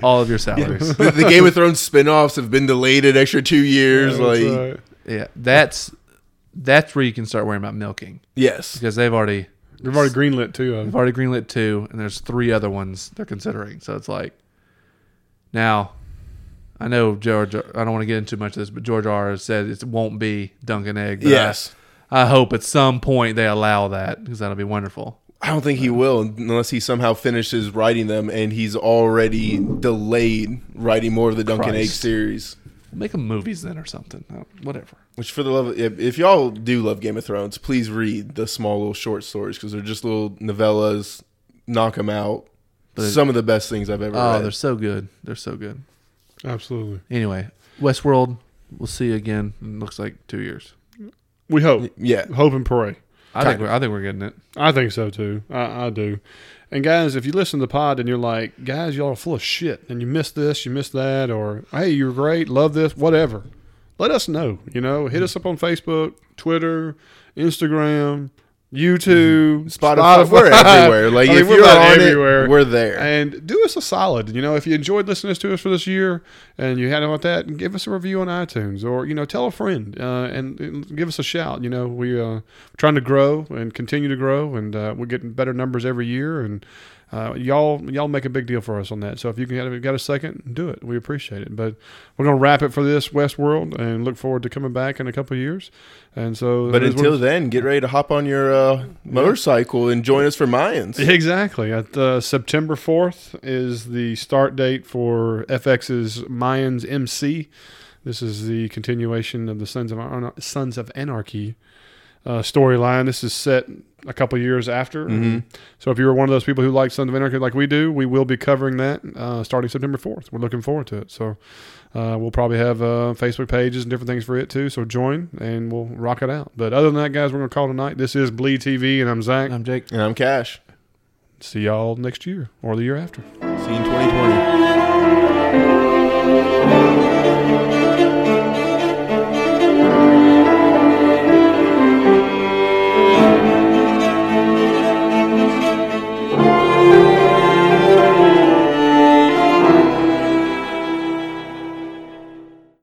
B: all of your salaries.
C: the, the Game of Thrones spin-offs have been delayed an extra two years.
A: That's
C: like
A: right.
B: Yeah, that's that's where you can start worrying about milking
C: yes,
B: because they've already
A: we've already greenlit two of
B: they've
A: them.
B: already greenlit two, and there's three other ones they're considering. So it's like now. I know George. I don't want to get into much of this, but George R. has said it won't be Dunkin' Egg. but I-
C: yes.
B: I hope at some point they allow that because that'll be wonderful.
C: I don't think he will unless he somehow finishes writing them, and he's already delayed writing more of the Duncan Egg
B: Christ.
C: series.
B: Make them movies then or something. Uh, Whatever.
C: Which, for the love, of, if, if y'all do love Game of Thrones, please read the small little short stories because they're just little novellas. Knock them out. Some of the best things I've ever
B: Oh,
C: read.
B: they're so good. They're so good.
A: Absolutely.
B: Anyway, Westworld, we'll see you again. in, Looks like two years.
A: We hope,
C: Yeah,
A: hope, and pray.
B: I
C: Kind
B: think we're, I think we're getting it.
A: I think so too. I, I do. And guys, if you listen to the pod and you're like, guys, y'all are full of shit, and you missed this, you missed that, or hey, you're great, love this, whatever, let us know. You know, hit us up on Facebook, Twitter, Instagram, YouTube,
C: Mm-hmm. Spotify, we're everywhere. Like
A: I mean,
C: if
A: we're
C: you're
A: about
C: on
A: everywhere.
C: it, we're there.
A: And do us a solid. You know, if you enjoyed listening to us for this year and you had about that, give us a review on iTunes or, you know, tell a friend uh, and, and give us a shout. You know, we, uh, we're trying to grow and continue to grow and uh, we're getting better numbers every year. And uh, y'all y'all make a big deal for us on that. So if you can if you got a second, do it. We appreciate it. But we're going to wrap it for this Westworld and look forward to coming back in a couple of years. And so. that
C: But
A: is what-
C: until then, get ready to hop on your uh, motorcycle and join us for Mayans.
A: Exactly. At uh, September 4th is the start date for FX's Mayans MC. This is the continuation of the Sons of Anar- Sons of Anarchy uh, storyline. This is set a couple years after.
C: Mhm.
A: So if you're one of those people who like Sons of Anarchy like we do, we will be covering that uh, starting September 4th. We're looking forward to it. So uh, we'll probably have uh, Facebook pages and different things for it too. So join and we'll rock it out. But other than that, guys, we're going to call tonight. This is Bleed TV and I'm Zach
B: I'm Jake.
C: And I'm Cash.
A: see y'all next year or the year after.
C: See you in 2020.